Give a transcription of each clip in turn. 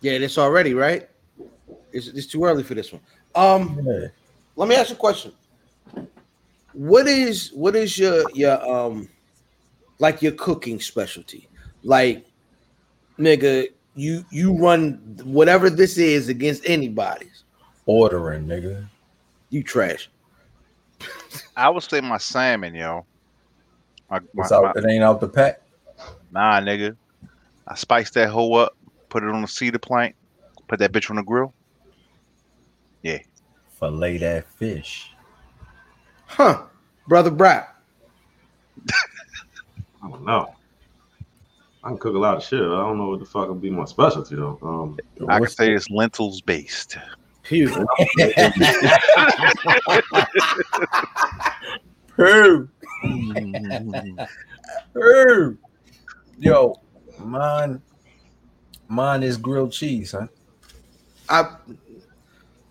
Yeah, this already, right? It's, it's too early for this one. Um, Yeah. let me ask you a question. What is what is your your um like your cooking specialty? Like nigga, you you run whatever this is against anybody's. Ordering, nigga. You trash. I would say my salmon, yo. My, my, It's out, my- it ain't out the pack. nah, nigga. I spiced that hoe up, put it on a cedar plank, put that bitch on the grill. Fillet that fish. Huh. Brother Brock. I don't know. I can cook a lot of shit. I don't know what the fuck would be my specialty though. Um, I can say it's lentils based. Phew. Poo, Mm. poo. Yo, mine, mine is grilled cheese, huh? I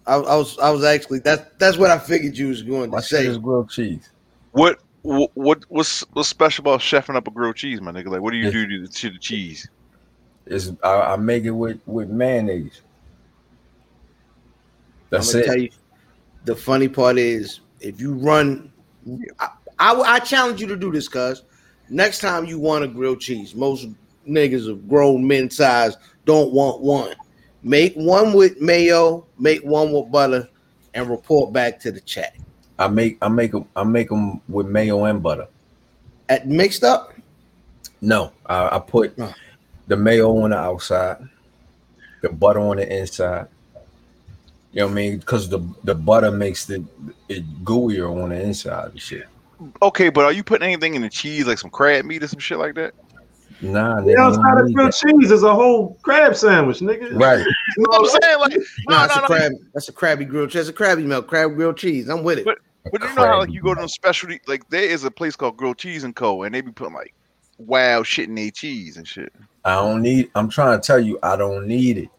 I, I was I was actually that's that's what I figured you was going My to shit say. is grilled cheese. what wh- what what's what's special about chefing up a grilled cheese, my nigga? Like, what do you Yeah. do to the, to the cheese? It's I, I make it with with mayonnaise. I'm That's gonna it. tell you. The funny part is, if you run, I, I, I challenge you to do this, cuz next time you want a grilled cheese, most niggas of grown men size don't want one. Make one with mayo, make one with butter, and report back to the chat. I make I make them I make 'em with mayo and butter. At Uh, mixed up, No, I, I put Oh. the mayo on the outside, the butter on the inside. You know what I mean? Because the the butter makes the it gooier on the inside and shit. Okay, but are you putting anything in the cheese, like some crab meat or some shit like that? Nah, you know, it's not a nigga, grilled cheese. It's a whole crab sandwich, nigga. right? You know Oh, what I'm saying? Like, no, no, that's no, a no. crab. That's a crabby grilled cheese. That's a crabby melt, crab grilled cheese. I'm with it. But- But you know how like you go to them specialty like there is a place called Grilled Cheese and Co. and they be putting like wild shit in their cheese and shit. I don't need. I'm trying to tell you, I don't need it.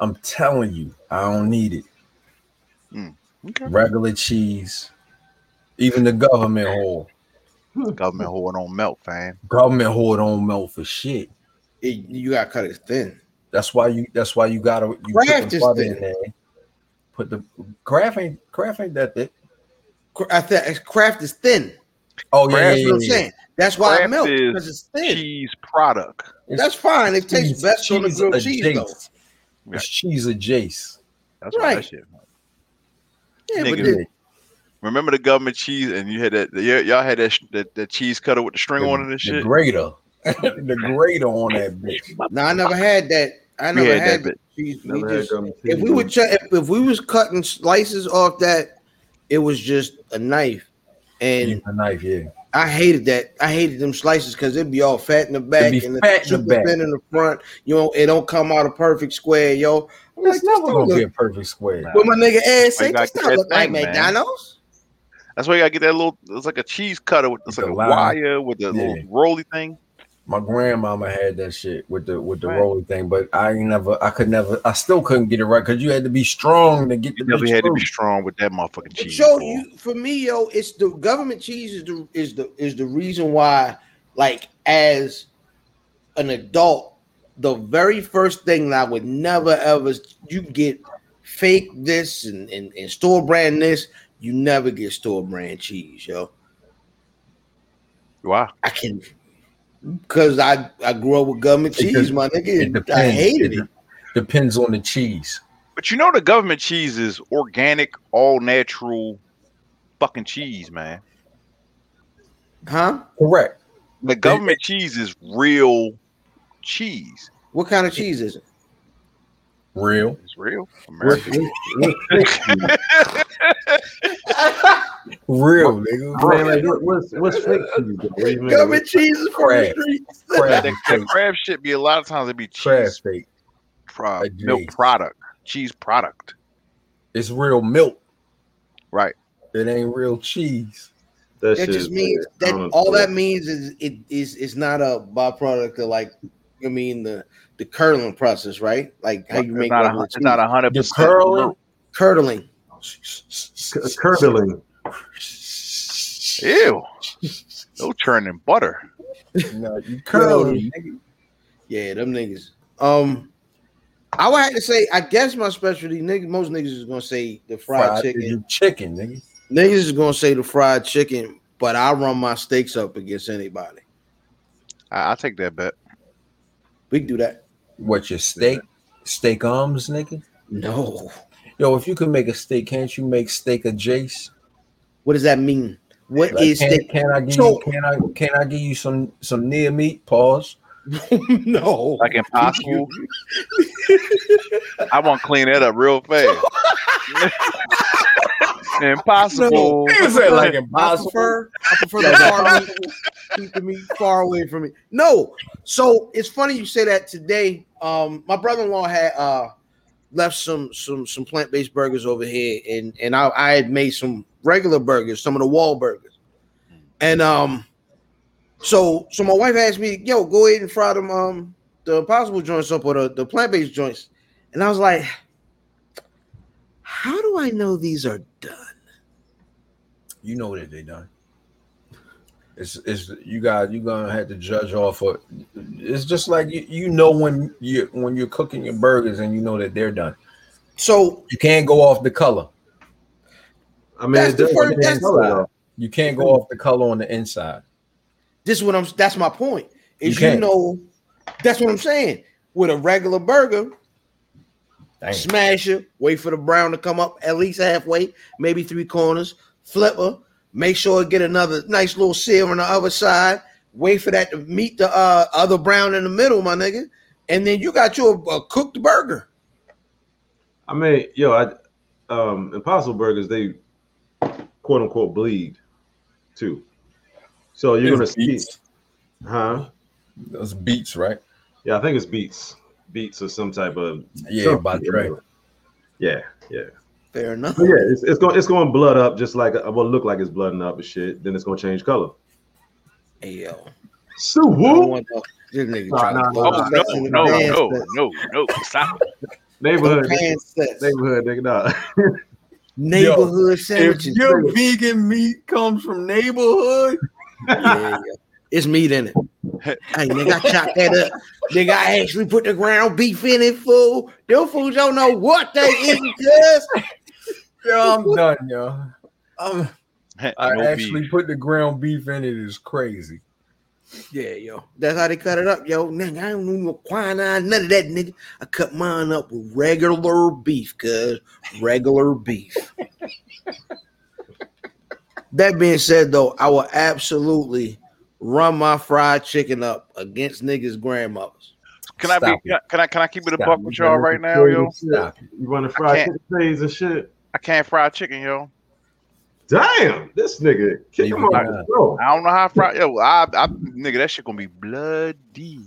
I'm telling you, I don't need it. Okay. Regular cheese, even the government whole Government holding on melt, fam. government whole don't melt for shit. It- you gotta cut it thin. That's why you. That's why you gotta you Kraft put the is butter thin. in there. Put the craft ain't craft ain't that thick. Cra- I think craft is thin. Oh yeah, That's what I'm yeah, yeah, yeah. saying. That's why it Kraft melts is because it's thin. Cheese product. It's That's fine. It tastes cheese- best on the cheese grilled cheese, though. adjacent. It's cheese adjacent. That's right. Right. that shit. Yeah, but Nigga. this- Remember the government cheese and you had that y- y'all had that, sh- that that cheese cutter with the string on it The, and the shit. grater, the grater on that bitch. No, I never had that. I We never had that had, bit. that. cheese. We Never had just, grilled cheese. if we would ch- if, if we was cutting slices off that, it was just a knife, and Use a knife, yeah. I hated that. I hated them slices because it'd be all fat in the back be and fat in it's the super back. thin in the front. You know, it don't come out a perfect square, yo. I'm like, It's this never don't gonna be a look, perfect square. what my nigga ass Why you say, gotta this get don't that look like thing, man? McDonald's. That's why you gotta get that little. It's like a cheese cutter with it's With the like a line. wire with the little Yeah. roly thing. My grandmama had that shit with the with the Right. rolling thing, but I ain't never, I could never, I still couldn't get it right because you had to be strong to get the You definitely had to be cheese. strong with that motherfucking But cheese. Joe, boy. you, for me, yo, it's the government cheese is the is the is the reason why, like, as an adult, the very first thing that I would never ever you get fake this and, and, and store brand this, you never get store brand cheese, yo. Why? I can because I I grew up with government It cheese, my It nigga. and I depends. hated It it. Depends on the cheese. But you know the government cheese is organic, all natural, fucking cheese, man. Huh? Correct. The government cheese is real cheese. What kind of cheese is it? Real. It's real. American. Real, Real, nigga. Man, like, what- what's what's fake cheese? though? What do you mean? Government cheese is from the Crab. streets. That, Crab that and fake. crab shit be a lot of times it be Crab cheese fake. pro- Like milk cheese. product, cheese product. It's real milk. Right. It ain't real cheese. That That shit just is means bad. I that don't all know. that means is it is it's not a byproduct of like I mean the the curdling process, right? Like how you It's make not, regular a, it's cheese. not a hundred The percent. curling. milk. curdling. C- curdling. Ew. No churning butter. No, you curling. Yeah, them niggas. Um, I would have to say, I guess my specialty, nigga, most niggas is gonna say the fried, chicken. You chicken, nigga. Niggas is gonna say the fried chicken, but I run my steaks up against anybody. I, I'll take that bet. We can do that. What your steak? Steak arms, nigga. No. Yo, if you can make a steak, can't you make steak adjacent? What does that mean? What Like, is can, steak? can I give So- you can I can I give you some some near meat? Pause. no. Like impossible. I want to clean that up real fast. impossible. I prefer, I prefer the far meat, keep the meat far away from me. No, so it's funny you say that today. Um, my brother-in-law had uh left some some some plant-based burgers over here, and and I, I had made some regular burgers, some of the wall burgers, and um, so so my wife asked me, "Yo, go ahead and fry them um the impossible joints up or the, the plant-based joints," and I was like. How do I know these are done? You know that they done. It's it's you got you gonna have to judge off of. It's just like you, you know when you when you're cooking your burgers and you know that they're done. So You can't go off the color. I mean, That's it the does- first- it that's- does though. You can't go off the color on the inside. This is what I'm. That's my point. Is You you, can't. know, that's what I'm saying. With a regular burger, Dang. smash it. Wait for the brown to come up at least halfway, maybe three corners. Flip her. Make sure it get another nice little seal on the other side. Wait for that to meet the uh, other brown in the middle, my nigga. And then you got your uh, cooked burger. I mean, yo, I um Impossible Burgers, they quote unquote bleed too. So you're gonna It's see beets. huh? Those beats, right? Yeah, I think it's beets. Beets or some type of Yeah, something. by Dre. Yeah, yeah. Fair enough. But yeah, it's, it's going it's going to blood up just like uh, well look like it's blooding up and shit. Then it's going to change color. Hey, yo. So I don't woo want to- this nigga Nah, trying to nah, blow Oh, us no, up in the no, dance no, sets. no, no. Stop. neighborhood Dance sets. neighborhood nigga. Nah. Neighborhood sandwiches. vegan meat comes from neighborhood, yeah, yeah. It's meat in it. Hey, nigga, I chopped that up. Nigga, I actually put the ground beef in it, fool. Them fools don't know what they eating, cuz. Um, yo, I'm done, yo. I'm, I No actually beef. put the ground beef in it. Is crazy. Yeah, yo. That's how they cut it up, yo. Nigga, I don't need no quinine, none of that, nigga. I cut mine up with regular beef, cuz. Regular beef. that being said, though, I will absolutely run my fried chicken up against niggas' grandmothers. Can I Stop be? it. Can I? Can I keep it a Stop buck it. with y'all right now, yo? Stop it. You running fried can't. chicken trays and shit. I can't fry chicken, yo. Damn, this nigga. Kick him Leave it off the alone. show. I don't know how I fry. Yo, I, I, nigga, that shit gonna be bloody.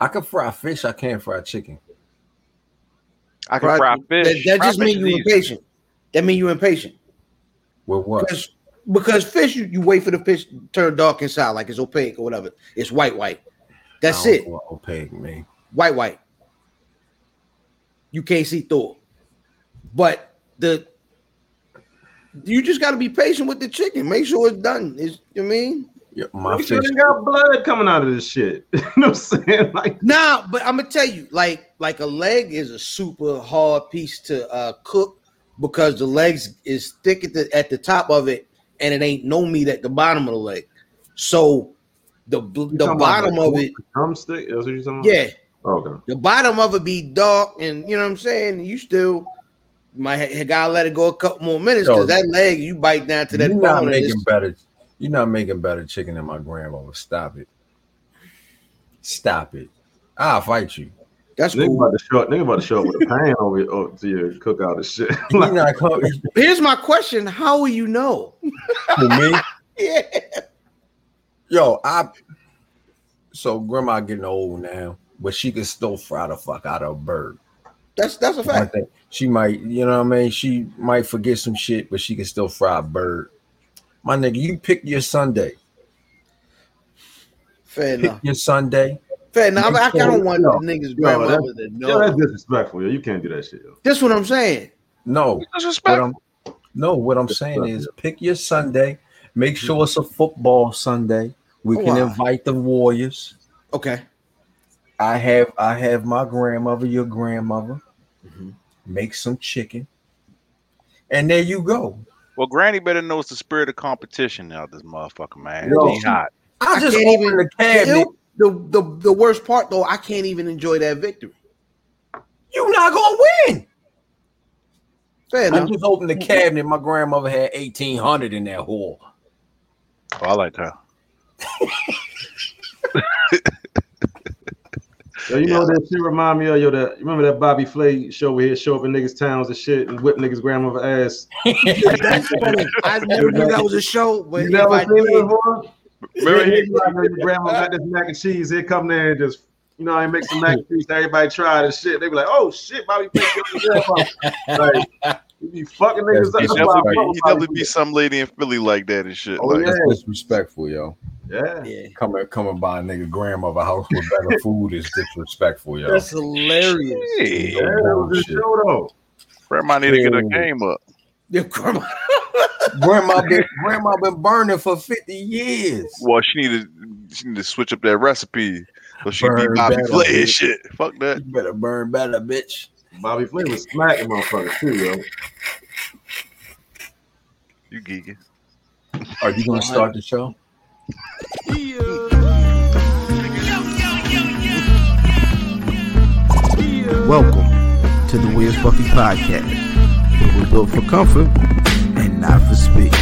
I can fry fish. I can't fry chicken. I can fry That- fish. That, Fry just fish means is you easy. impatient. That means you impatient With what? because because fish you, you wait for the fish to turn dark inside like it's opaque or whatever. It's white white. That's I don't it. know what Opaque, man. White white. You can't see through. it. But the you just got to be patient with the chicken. Make sure it's done. Is you know what I mean? Yeah, my You sure fish. they got blood coming out of this shit. you know what I'm saying? Like Nah, but I'm gonna tell you, like, like a leg is a super hard piece to uh, cook because the legs is thick at the, at the top of it, and it ain't no meat at the bottom of the leg. So the bl- the You talking about bottom the of it, drumstick. That's what you're talking about? Oh, yeah, Okay. the bottom of it be dark, and you know what I'm saying. You still might ha- gotta let it go a couple more minutes Yo. because that leg you bite down to that You're not bottom. making better. You're not making better chicken than my grandmother. Stop it. Stop it. I'll fight you. That's Nigga about cool. to show up. Nigga about to show up with a pan over your, over to your cookout and shit. You're like, not coming Here's my question: How will you know? to me. yeah, Yo, I so grandma getting old now, but she can still fry the fuck out of a bird. that's that's a One fact. thing, she might, you know what I mean? She might forget some shit, but she can still fry a bird. My nigga, you pick your Sunday. Fair Pick enough. your Sunday. Fair enough. I, mean, I kind of Yo, want yo, the niggas' yo, grandmother to Yo, that's know. disrespectful. Yo, you can't do that shit. Yo. That's what I'm saying. No, what Disrespect. I'm no, what I'm saying is pick your Sunday. Make sure it's a football Sunday. We can Why? invite the Warriors. Okay. I have I have my grandmother, your grandmother, Mm-hmm. Mhm. make some chicken, and there you go. Well, Granny better knows the spirit of competition out this motherfucker, man. Yo. She hot. I just can't opened even- the cabinet. The, the the worst part though, I can't even enjoy that victory. You're not gonna win. Fair I enough. just opened the cabinet. My grandmother had eighteen hundred in that hole. Oh, I like her. Yo, you know that shit remind me of yo. That you remember that Bobby Flay show where he show up in niggas' towns and shit and whip niggas' grandmother ass. That's funny. I never knew that was a show, but you if never I seen it did, before? Remember Yeah, he- he's like, "Man, your grandma got this mac and cheese. Here come there and just you know, I make some mac and cheese. that Everybody tried and shit. They be like, "Oh shit, Bobby Flay killed your grandpa." Like, you be fucking niggas up. That's That's He why I right. definitely, fuck with he Bobby definitely be some lady in Philly like that and shit. Oh, like, yeah. That's disrespectful, yo. Flay. Yeah. yeah, Coming coming by a nigga grandmother house with better food is disrespectful, yo. that's hilarious. hey, Yeah, that was a Bullshit. show though. grandma need to get her Yo. game up. Your grandma, grandma been grandma been burning for fifty years. Well, she need to she need to switch up that recipe so she be Burn Bobby better. Flay and shit. Fuck that. You better burn better, bitch. Bobby Flay was smacking motherfuckers too, yo. You geeking. Are you gonna start the show? Welcome to the Where's Buffy podcast, where we're built for comfort and not for speed.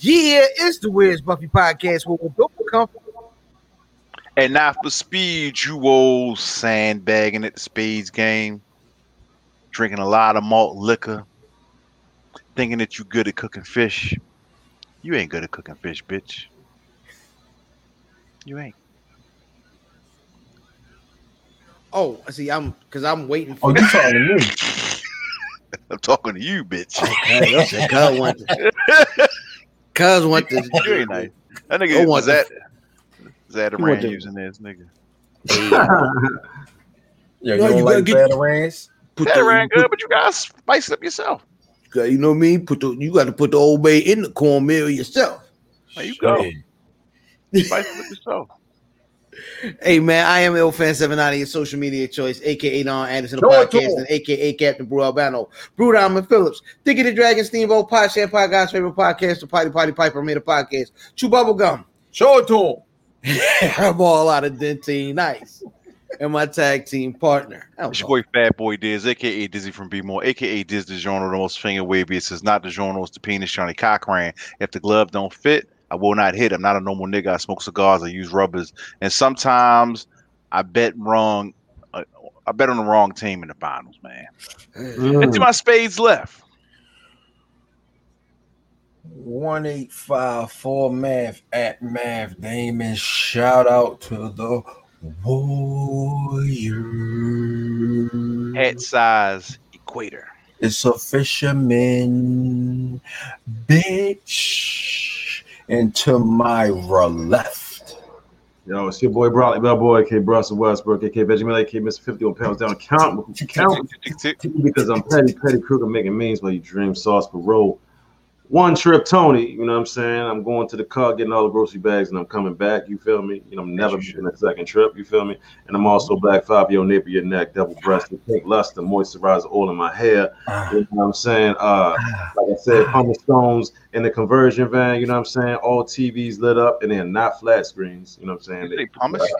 yeah, it's the Where's Buffy podcast where we're built for comfort. And not for speed, you old sandbagging at the spades game, drinking a lot of malt liquor, thinking that you good at cooking fish. You ain't good at cooking fish, bitch. You ain't. Oh, I see, I'm because I'm waiting Oh, for you talking to me? I'm talking to you, bitch. Hey, that's a cuz want to. Cuz want to. you ain't nice. That I nigga want was the- that. Zad You want Aran the- using this nigga. Yo, No, you you don't gotta like get- Batarangs? Put Zad Aran the, good, but you gotta spice it up yourself. put, you know what I mean? Put the, you got to put the old bay in the cornmeal yourself. There you go. Shit. Spice it up yourself. Hey man, I am Ilfan790, your social media choice, aka Don Anderson, the Show it to podcast, him. and aka Captain Brew Albano, Brew Diamond Phillips, Dicky the Dragon, Steamboat, Pot Sham, Pie Guy's favorite podcast, the Potty Potty Piper, made a podcast, Chew Bubble Gum, Show it to him. I'm all out of dentine, nice, and my tag team partner. It's your boy Fat Boy Diz, aka Dizzy from B More, aka Diz the Journal, the most finger wavy. It's just not the journal, it's the penis, Johnny Cochran. If the glove don't fit, I will not hit. I'm not a normal nigga. I smoke cigars, I use rubbers, and sometimes I bet wrong. uh, I bet on the wrong team in the finals, man. Mm. It's my spades left. One eight five four math at math Damon. Shout out to the warrior. Hat size equator. It's a fisherman, bitch. And to my right left, Yo, it's your boy Bradley Bellboy, K. Russell Westbrook, aka Benjamin, aka Mr. 50 on pounds down. Count, count Tick, tick, tick. because I'm petty, petty crook. I'm making means while you dream sauce parole. One trip, Tony. You know what I'm saying? I'm going to the car, getting all the grocery bags, and I'm coming back. You feel me? You know, I'm never you should. making a second trip. You feel me? And I'm also black Fabio Napier neck, double breasted, pink luster, moisturizer, all in my hair. Ah, You know what I'm saying? Uh, ah, like I said, Hummer Stones in the conversion van. You know what I'm saying? All TVs lit up, and they're not flat screens. You know what I'm You say saying? pumice?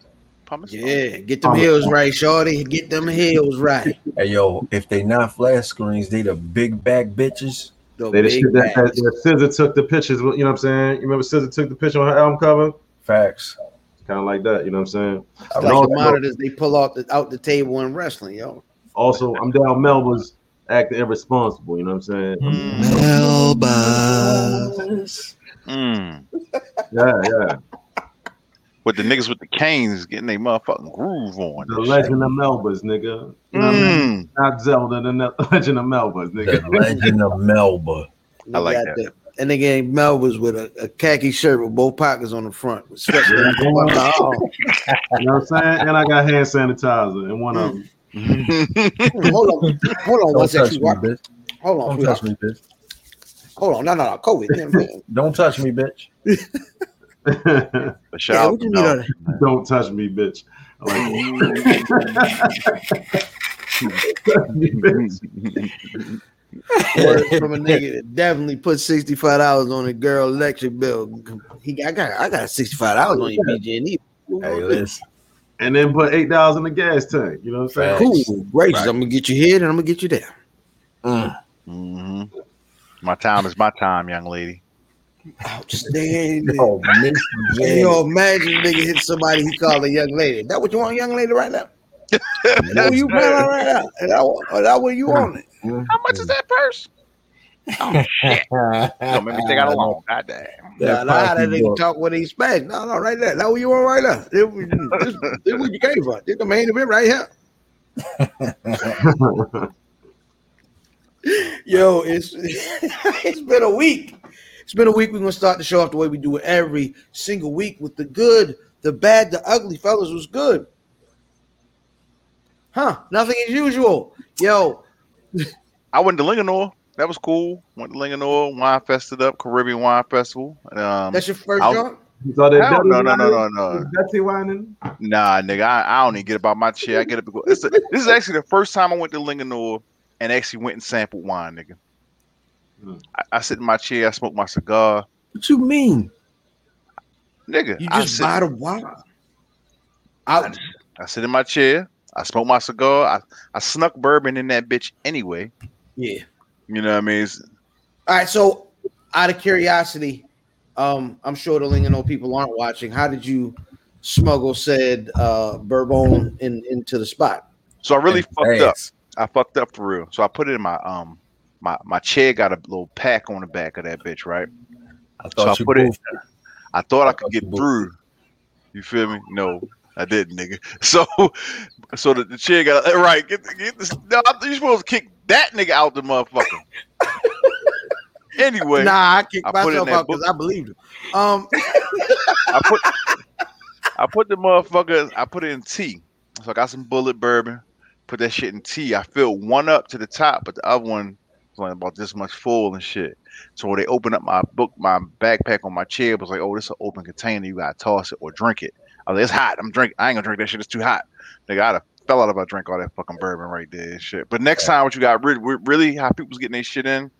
Pumice? Yeah, get them heels right, Shorty. Get them heels right. hey yo, if they not flat screens, they the big back bitches. The They the big shit that, that, bags. that Scissor took the pictures. with, You know what I'm saying? You remember Scissor took the picture on her album cover? Facts. Kind of like that. You know what I'm saying? It's I like No, the no. monitors they pull out the out the table in wrestling, yo. Also, I'm down Melba's acting irresponsible. You know what I'm saying? Mm, Melba. mm. Yeah, yeah. What But the niggas with the canes getting their motherfucking groove on. The Legend of Melba's, nigga. You know what I mean? Mm. Not Zelda, the Ne- Legend of Melba's, The nigga. legend of Melba. And I they like got that. The, and again, Mel was with a, a khaki shirt with both pockets on the front. with sweat down the front of the arm. You know what I'm saying? And I got hand sanitizer in one of them. Mm-hmm. hold on, hold on, one Don't touch second. me, sweetheart. bitch. Hold on, Don't touch sweetheart. me, bitch. hold on. No, no, no. COVID. Never mind. Don't touch me, bitch. But yeah, shout what you need out no. on that? Don't touch me, bitch. I like that. Word from a nigga that definitely put sixty five dollars on a girl electric bill. He, I got, I got sixty five dollars on your PG&E. Hey, listen. and then put eight dollars in the gas tank. You know what I'm saying? Cool, gracious. Right. I'm gonna get you here and I'm gonna get you there. Mm. hmm My time is my time, young lady. Outstanding. Oh, Miss Can you Janet. imagine a nigga hit somebody he called a young lady? That what you want, young lady, right now? That what Miss you playing on right now? Is that, what- is that what you on it? How much is that purse? that? Mm. Don't make me think I don't want. God damn. Nah, That nah, that posse nigga book. talk what he expect. No, no, right there. That what you want right now? This, this, this what you came for? This the main event right here. Yo, it's it's been a week. It's been a week. We're gonna start the show off the way we do it every single week with the good, the bad, the ugly. Fellas was good. Huh? Nothing as usual. Yo, I went to Linganore. That was cool. Went to Linganore, wine fested up, Caribbean wine festival. Um, that's your first I'll- job. So that hell Dutty no, no, no, no, whining- no, Dutty whining. Nah, nigga, I, I don't even get about my chair. I get up. and go- It's the- this is actually the first time I went to Linganore and actually went and sampled wine, nigga. Hmm. I, I sit in my chair, I smoke my cigar, What you mean? nigga. You I just sit, buy the wine. I, I sit in my chair, I smoke my cigar, I, I snuck bourbon in that bitch anyway. yeah. You know what I mean? It's- All right. So, out of curiosity, um, I'm sure the Lingano people aren't watching. How did you smuggle said uh, bourbon in, into the spot? so I really fucked up. Ass. I fucked up for real. So I put it in my um my my chair got a little pack on the back of that bitch, right? I So I thought you put it- moved. I thought I I could thought get you moved. through. You feel me? No, I didn't, nigga. So, so the, the chair got right. Get, get this. No, I thought you supposed to kick that nigga out the motherfucker. anyway, nah, I kicked I put it in myself that out because I believed him. Um, I put I put the motherfucker. I put it in tea. So I got some bullet bourbon. Put that shit in tea. I filled one up to the top, but the other one was only about this much full and shit. So when they opened up my book, my backpack on my chair it was like, "Oh, this is an open container. You gotta toss it or drink it." I was like, "It's hot. I'm drink. I ain't gonna drink that shit. It's too hot." Nigga, I'd have fell out if I drank all that fucking bourbon right there and shit. But next time, what you got rid really how people's getting their shit in.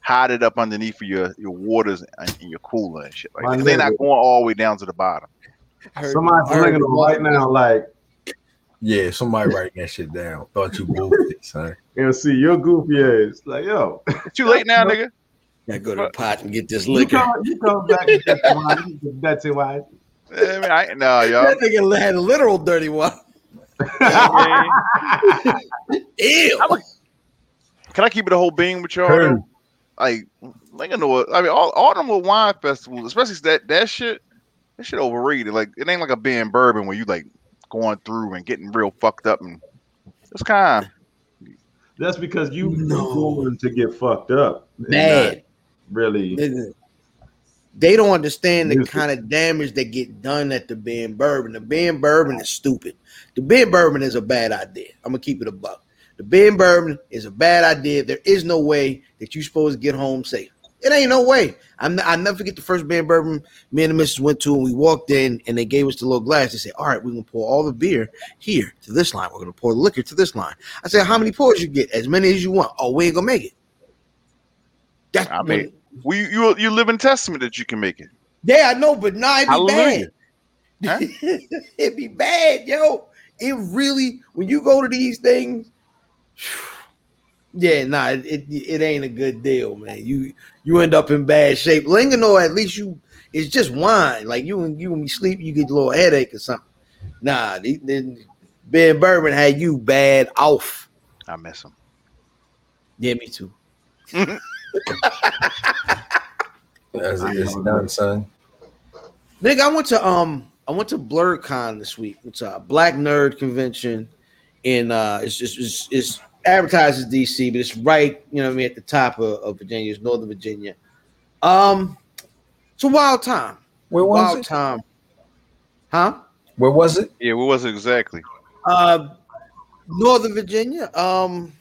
Hide it up underneath your your waters and, and your cooler and shit. My Like that. they're not nigga. going all the way down to the bottom. I heard- Somebody's I heard looking at him right now, like Yeah, somebody writing that shit down. Thought you moved it, son. and see your goofy ass. Like yo, It's too late now, nigga. Gotta go to the pot and get this you liquor. come, you come back. with Dutty whining, you Dutty whining. I mean, I ain't- no, y'all. That nigga had a literal dirty one. I mean, Ew. can I keep it a whole bean with y'all? Heard. though? Like, Linganore. I mean, all, all them little wine festivals, especially that that shit, that shit overrated. Like, it ain't like a beer and bourbon where you like going through and getting real fucked up and it's kind. That's because you No. going to get fucked up. and Bad. not Really. Nigga. They don't understand the Music. kind of damage that get done at the Ben Bourbon. The Ben Bourbon is stupid. The Ben Bourbon is a bad idea. I'm gonna keep it a buck. The Ben Bourbon is a bad idea. There is no way that you're supposed to get home safe. It ain't no way. I'm I never forget the first Ben Bourbon me and the missus went to, and we walked in, and they gave us the little glass. They said, "All right, we're gonna pour all the beer here to this line. We're gonna pour the liquor to this line." I said, "How many pours you get? As many as you want. Oh, we ain't gonna make it." That's I mean, Well, you, you you live in testament that you can make it. yeah, I know, but nah, it'd be Hallelujah. bad. it'd be bad, yo. It really, when you go to these things, yeah, nah, it, it it ain't a good deal, man. You you end up in bad shape. Linganore, at least you, it's just wine. Like you you when you sleep, you get a little headache or something. Nah, the- the- Ben Bourbon had you bad off. I miss him. Yeah, me too. That's- It's done, son. Nigga, I went to um I went to BlurredCon this week. It's a Black Nerd Convention, and uh, it's just it's, it's advertised as DC, but it's right, you know, what I mean, at the top of, of Virginia, it's Northern Virginia. Um, it's a wild time. Where was wild it? time, huh? Where was it? Yeah, what was it exactly? Uh, Northern Virginia. Um,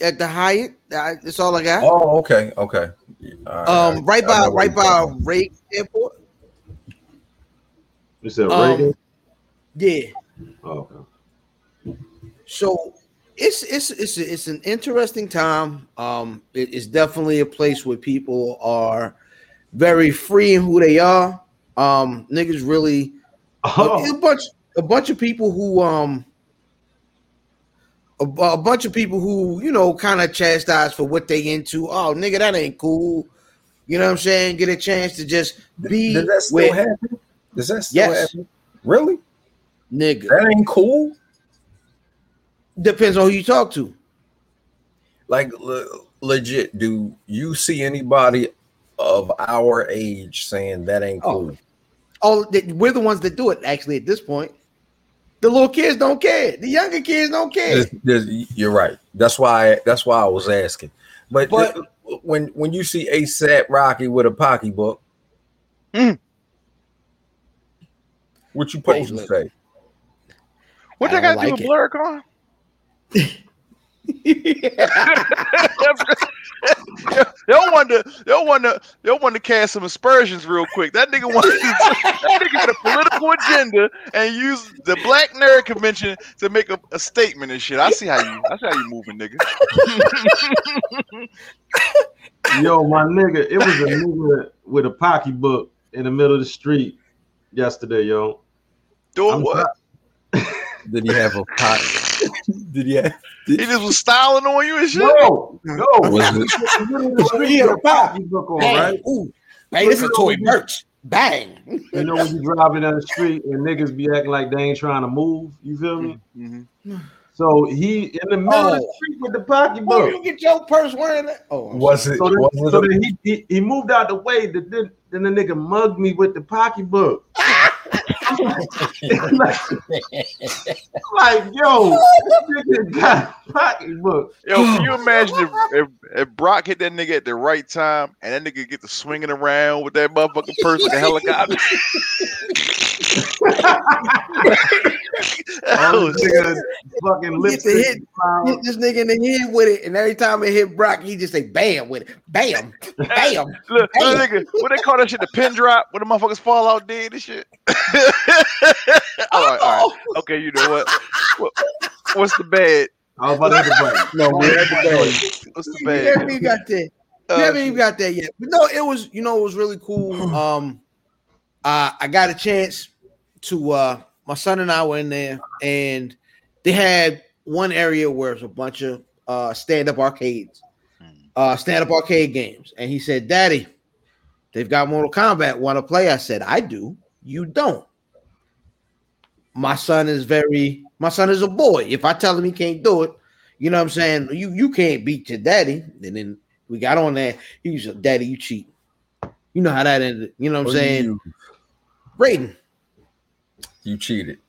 at the Hyatt. I, that's all I got. Oh, okay, okay. All right, all Um, right I by know where right you're by talking. Reagan Airport. You said Um, Reagan? Yeah. Oh, okay. So it's it's it's it's an interesting time. Um, it is definitely a place where people are very free in who they are. Um, niggas really a, Oh, a bunch a bunch of people who um a, bu- a bunch of people who you know kind of chastise for what they into. Oh, nigga, that ain't cool. You know what I'm saying? Get a chance to just be Does that still with happen? Does that still Yes. happen? Really? nigga. That ain't cool. Depends on who you talk to. Like le- legit, do you see anybody of our age saying that ain't Oh. cool? Oh, that we're the ones that do it actually at this point. The little kids don't care. The younger kids don't care. There's- there's- you're right. That's why. that's why I was asking. But, But- when when you see ASAP Rocky with a pocketbook, Mm. Hmm. what you supposed to look. say? What I that got to don't do with like it. BlurCon? they'll wonder. They'll wonder. They'll want to cast some aspersions real quick. That nigga wants. that nigga had a political agenda and use the Black Nerd Convention to make a, a statement and shit. I see how you. I see how you moving, nigga. yo, my nigga, it was a nigga with a pocketbook in the middle of the street yesterday, yo. Doing I'm what? Did he have a pot? Did he have? He just was styling on you and shit. No, no, Was it, in the middle of the street Yeah, with a pocketbook on, Bang. right? Ooh. Hey, this is Toy Merch. Bang. You know when you driving down the street and niggas be acting like they ain't trying to move. You feel Mm. me? Mhm. So he in the middle of the Oh. street with the Oh, pocketbook. you get your purse wearing that? Oh, I'm was sorry. it? So, then, was it so a- then he, he he moved out the way. That then, then the nigga mugged me with the pocketbook. I'm like, like, yo, this nigga got a pocketbook. Yo, can you imagine if, if, if Brock hit that nigga at the right time and that nigga get to swinging around with that motherfucking purse like a helicopter? Oh, oh, this nigga fucking Get the hit. lipstick. clown. Hit this nigga in the head with it, and every time it hit Brock, he just say "bam" with it, "bam, bam." Look, Damn. that nigga, what they call that shit? The pin drop? When the motherfuckers fall out dead and shit? all right, all right. Okay, you know what? what what's the bad? I was about to hit the button. no, we had the bag. What's the You bad? haven't even got there. Uh, you haven't even got there yet. But no, it was you know it was really cool. Um, uh, I got a chance to uh, my son and I were in there, and they had one area where it's a bunch of uh, stand up arcades, uh, stand up arcade games, and he said, "Daddy, they've got Mortal Kombat. Want to play?" I said, "I do. You don't." My son is very. My son is a boy. If I tell him he can't do it, you know what I'm saying. You you can't beat your daddy. And then we got on that. He was like, Daddy, you cheat. You know how that ended. You know what I'm Oh, saying? you, Braden, you cheated.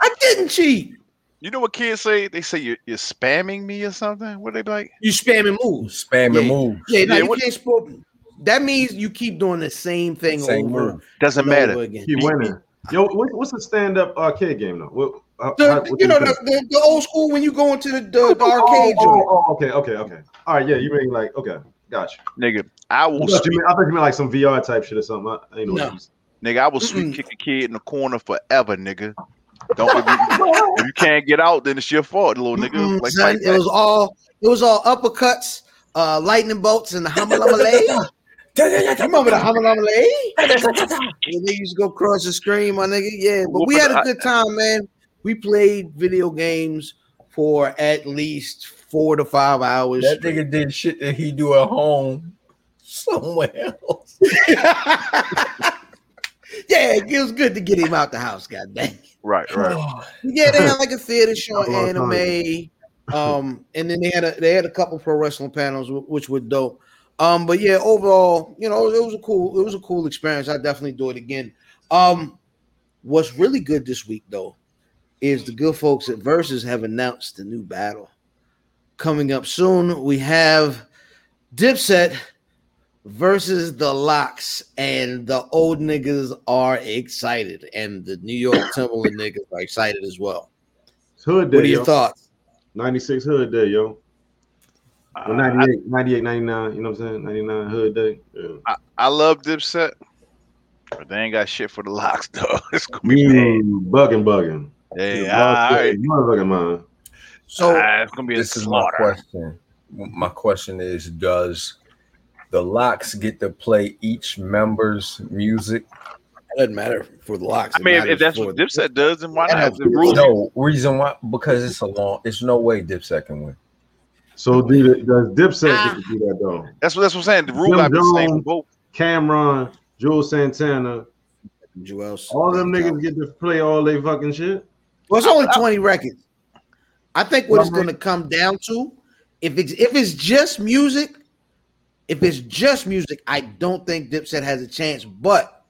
I didn't cheat. you know what kids say? They say you're, you're spamming me or something. What they be like? You spamming moves. Spam Yeah. and move. Yeah, no, Yeah, you what- can't spam. That means you keep doing the same thing Same over move. Doesn't and over matter. again. He winning. Yo, what, what's a stand up arcade game though? What, how- how- The, what you know think? the, the, the old school when you go into the, the, the arcade Oh, joint. oh, oh, okay, okay, okay. All right, yeah, you mean like okay, gotcha. Nigga, I will I thought you sweet, meant, I thought you meant like some VR type shit or something. I, I ain't know. Oh, No. What nigga, I will sweet kick a kid in the corner forever, nigga. Don't if you, if you can't get out, then it's your fault, little nigga. Mm-mm, Like, son, like it was all it was all uppercuts, uh, lightning bolts, and the humalamalay. You remember the humalamalay? And they used to go cross the screen, my nigga. Yeah, but we had a good time, man. We played video games for at least four to five hours. That nigga did shit that he do at home somewhere else. yeah, it was good to get him out the house, god dang. right, right. Yeah, they had like a theater show, Couple of anime, um, and then they had a they had a couple pro wrestling panels, wh- which were dope. Um, but yeah, overall, you know, it was a cool it was a cool experience. I definitely do it again. Um, What's really good this week, though, is the good folks at Versus have announced the new battle. Coming up soon, we have Dipset versus the Locks, and the old niggas are excited, and the New York Timberland niggas are excited as well. It's hood day. What are your yo. thoughts? Uh, 96 hood day, yo. Well, I- 98, 98, 99, you know what I'm saying? 99 hood day. Yeah. I love Dipset, but they ain't got shit for the locks though. It's gonna Mm. be bad. You bugging, bugging. Yeah, You all lost your right. Motherfucking mind. So Ah, it's gonna be a this is my slaughter. question. My question is: Does the locks get to play each member's music? it doesn't matter for the locks. I mean, if, if that's what Dipset does, then why not? If the rules No reason why? Because it's a long. It's no way Dipset can win. So do the, does Dipset get to do that though? That's what that's what I'm saying. The rule Jim got the same for Jones. both. Cameron, Joel Santana, Joel's all them niggas get to play all they fucking shit. Well, it's only 20 records. I think what it's Well, going to come down to, if it's if it's just music, if it's just music, I don't think Dipset has a chance. But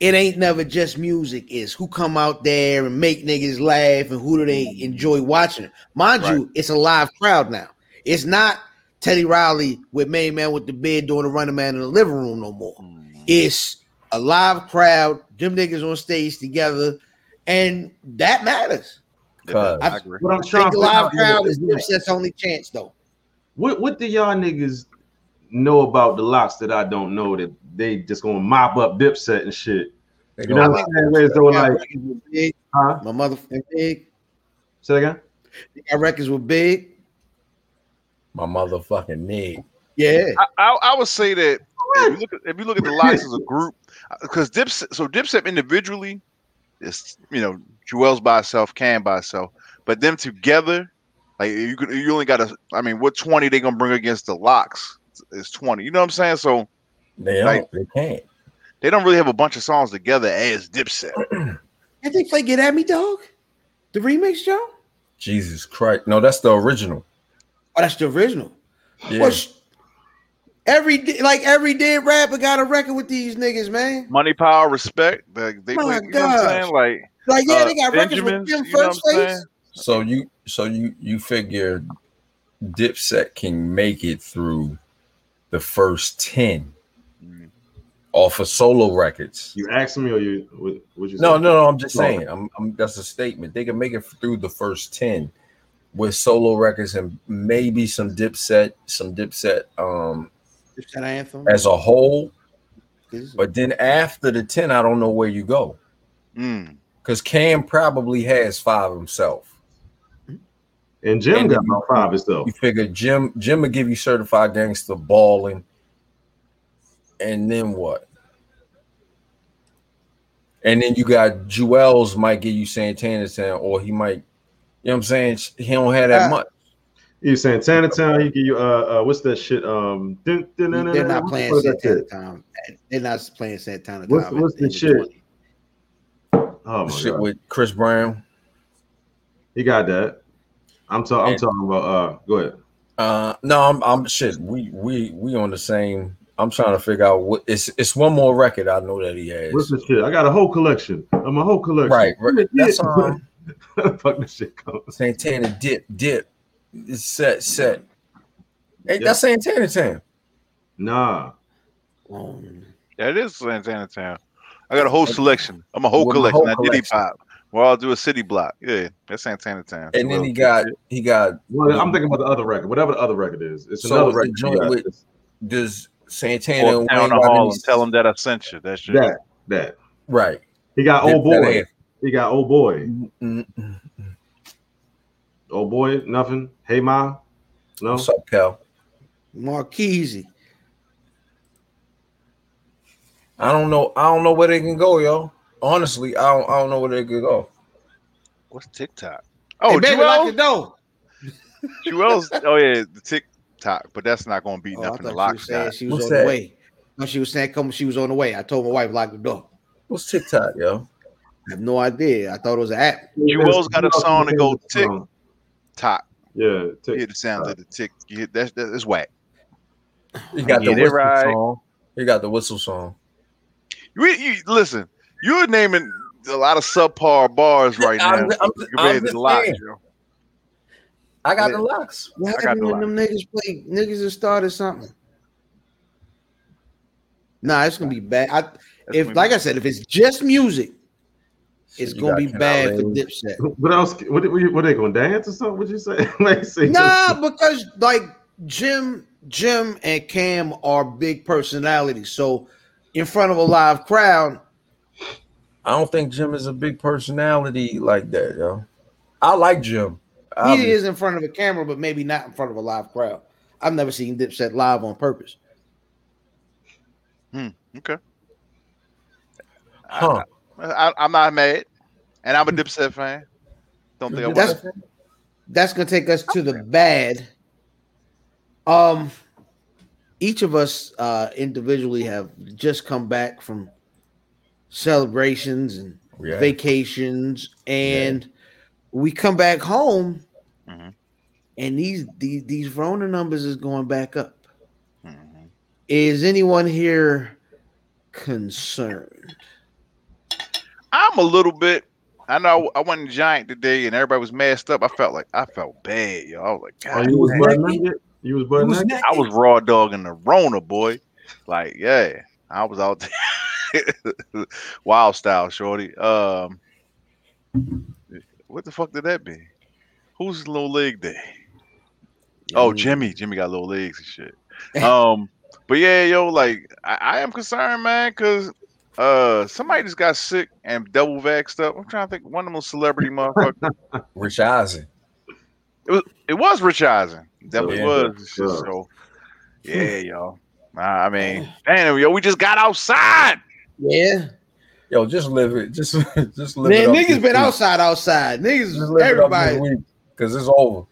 it ain't never just music. Is who come out there and make niggas laugh and who do they enjoy watching? Mind you, it's a live crowd now. It's not Teddy Riley with Main Man with the bed doing the running man in the living room no more. Mm, It's a live crowd, them niggas on stage together, and that matters. Cause I agree. What I'm I trying think to the figure live out crowd is is Dipset's only chance, though. what what do y'all niggas know about the locks that I don't know that they just gonna mop up Dipset and shit? they You know gonna- what I'm saying? Where it's doing My like, records were big. huh? My motherfucking big. Say again. Our records were big. my motherfucking nigga. Yeah. I, I, I would say that if you, look at, if you look at the locks as a group, because Dipset, so Dipset individually, it's you know Jewel's by itself, Cam by itself, but them together, like you could, you only got to. I mean, what twenty they gonna bring against the locks? Is twenty. You know what I'm saying? So They don't. Like- they can't. they don't really have a bunch of songs together as Dipset. I think play Get At Me, dog. The remix, Joe? Jesus Christ! No, that's the original. Oh, that's the original. Yeah. Well, sh- every di- like every dead rapper got a record with these niggas, man. Money, power, respect. Like, they, My you know what I'm gosh. saying? Like, Like, yeah, uh, they got records Benjamins, with you Jim know what First I'm Face. saying? So you so you you figure Dipset can make it through the first 10 Mm. off of solo records. You asking me or you what, what you No, say? no, no, I'm just No. saying. I'm, I'm that's a statement. They can make it through the first 10 with solo records and maybe some Dipset, some Dipset um Dipset anthem. as a whole, This is- but then after the 10 I don't know where you go Mm. cuz Cam probably has five himself. And Jim And- got about five himself. You figure Jim Jim will give you certified gangster balling, and then what? And then you got Jewels might give you Santana Town, or he might, you know what I'm saying? He don't have that Uh, much. You saying Santana Town? He give you uh, uh what's that shit? Um, dun, dun, dun, dun, They're dun, not what playing was that Santana shit? time. They're not playing Santana What's- time. what's at the the end of shit? 20. Oh my Shit god, with Chris Brown. he got that. I'm talking. I'm And- talking about. Uh, go ahead. Uh no, I'm I'm shit. We we we on the same. I'm trying to figure out what it's it's one more record I know that he has. What's the shit? I got a whole collection. I'm a whole collection. Right, right. That's um, Fuck this shit. Come. Santana dip dip set set. Hey, Yeah. that's Santana Town. Nah. Um, That is Santana Town. I got a whole selection. I'm a whole With my collection. whole I did hip collection. hop. Well, I'll do a city block. Yeah, that's Santana Town. And then he got he got Well, I'm thinking about the other record, whatever the other record is. It's So another it's record. the you joint got. with- It's this Santana Or and down Wayne the got hall any- and tell them that I sent you. That's your that that right. he got old That- that boy. He got old boy. ass. Mm-hmm. Mm-mm. Old boy. Nothing. Hey ma. No. What's up, Cal? Marquise. I don't know. I don't know where they can go, yo. Honestly, I don't. I don't know where they could go. What's TikTok? Oh, Oh, baby, Joel. like it though. Joel's. Oh yeah, the TikTok. But that's not going to beat Oh, I nothing. The thought she lock was saying she was What's on that? the way. No, she was saying come. She was on the way. I told my wife lock the door. What's TikTok, yo? I have no idea. I thought it was an app. Jewel's got a song that go tick Um, tock. Yeah. You hear Tick. the sounds of the tick. You hear, that's that, that's whack. He got the Get it whistle right. song. He got the whistle song. You, you listen. You're naming a lot of subpar bars right now. I'm- I'm- You're I'm ready to just lock, saying. yo. I got Yeah. the locks. What got happened the when them niggas played? Niggas that started something. Nah, it's gonna be bad. I, if gonna be like I said, if it's just music, it's You gonna got be Ken bad for Allen. Dipset. What else? What, what, what they gonna dance or something? What you say? like, say Nah, because like Jim, Jim and Cam are big personalities. So in front of a live crowd, I don't think Jim is a big personality like that, yo. I like Jim. he obviously. is in front of a camera, but maybe not in front of a live crowd. I've never seen Dipset live on purpose. Okay. Huh. I, I, I'm not mad, and Hmm. I'm a Dipset fan. Don't think I was. That's that's gonna take us to the bad. Um, each of us uh individually have just come back from celebrations and Yeah. vacations, and we come back home, Mhm. and these, these these Rona numbers is going back up. Mhm. Is anyone here concerned? I'm a little bit. I know I went in Giant today, and everybody was masked up. I felt like I felt bad, yo. I was like, Oh, God, you was Hey. butt naked. You was butt Who's naked. next? I was raw dogging the Rona, boy. Like, yeah, I was out there. Wild style, shorty. Um, what the fuck did that be? Who's low leg day? Oh, Jimmy. Jimmy got little legs and shit. Um, but yeah, yo, like I, I am concerned, man, because uh somebody just got sick and double vaxxed up. I'm trying to think one of them celebrity motherfuckers. Rich Eisen. it was Rich Eisen. Definitely Yeah. was. Yeah. So yeah, yo. Nah, I mean, damn, yo, we just got outside. Yeah, Yo, just live it. Just just live it. man, up niggas this been week. outside, outside. Just Niggas, live everybody, it up this week. Cause it's over.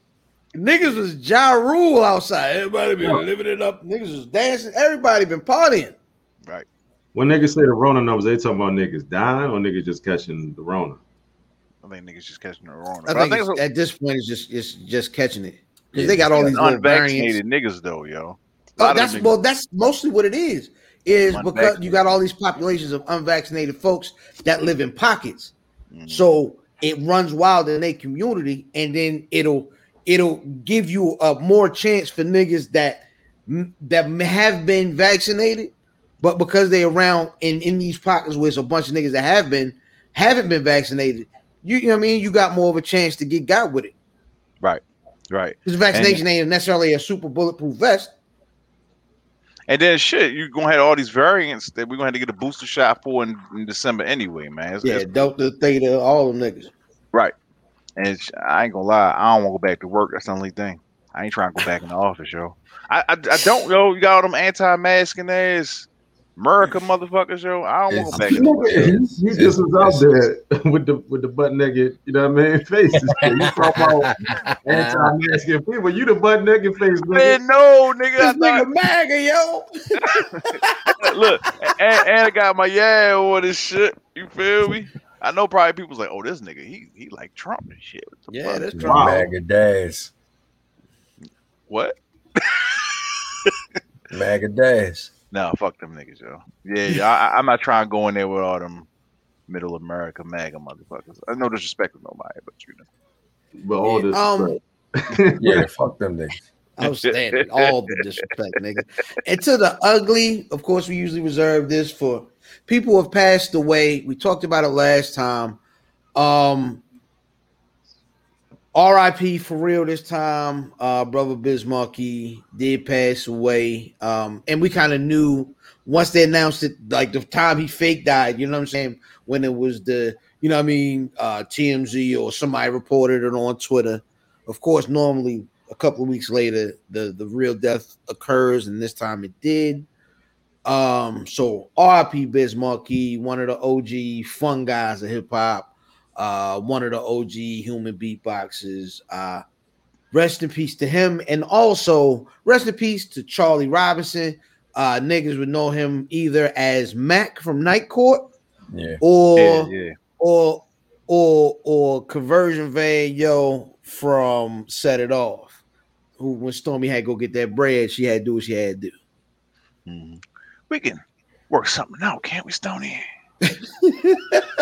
Niggas was Ja Rule outside. Everybody been Yeah. living it up. Niggas was dancing. Everybody been partying. When niggas say the Rona numbers, they talking about niggas dying or niggas just catching the Rona. I think niggas just catching the I Rona. But think, I think it's- it's at this point it's just it's just catching it because Yeah, they got all these little variants. unvaccinated niggas though, yo. A lot Oh, of that's them well, that's mostly what it is. Is because you Unvaccinated. got all these populations of unvaccinated folks that live in pockets, niggas- Mm. so it runs wild in their community, and then it'll it'll give you a more chance for niggas that that have been vaccinated but because they around in in these pockets where it's a bunch of niggas that have been haven't been vaccinated, you, you know what I mean. You got more of a chance to get got with it right. because vaccination ain't necessarily a super bulletproof vest. And then shit, you gonna have all these variants that we're gonna have to get a booster shot for in, in December anyway, man. It's- it's- Delta, Theta, uh, all them niggas. and it's- I ain't gonna lie, I don't want to go back to work. That's the only thing. I ain't trying to go back in the office, yo. I I, I don't yo. You got all them anti-masking ass America motherfuckers, yo. I don't want to go back. in the office. Nigga, he, he just was out there with the with the butt naked, you know what I mean? Faces. you talking about anti-masking people. You the butt naked face, nigga. Man, no, nigga. I This thought, nigga MAGA, yo. look, and, and I got my yeah on this shit. You feel me? I know probably people's like, oh, this nigga, he he like Trump and shit. What the fuck? that's Wow. Bag of days. What? Bag of days. No, fuck them niggas, yo. Yeah, yeah I, I'm not trying to go in there with all them middle America MAGA motherfuckers. I no disrespect to nobody, but you know. But all this Um, Yeah, fuck them niggas. Outstanding. All the disrespect, nigga. And to the ugly, of course, we usually reserve this for people who have passed away. We talked about it last time. Um R.I.P. for real this time. Uh brother Bismarcky did pass away. Um, and we kind of knew once they announced it, like the time he fake died, you know what I'm saying? When it was the, you know what I mean, uh TMZ or somebody reported it on Twitter. Of course, normally a couple of weeks later the the real death occurs and this time it did um so rp biz marquee one of the og fun guys of hip-hop uh one of the og human beatboxers uh rest in peace to him and also rest in peace to charlie robinson uh niggas would know him either as mac from night court Yeah. or Yeah, yeah. or or or conversion van yo from set it off who when stormy had to go get that bread she had to do what she had to do Mm-hmm. Mhm. We can work something out, can't we, Stoney?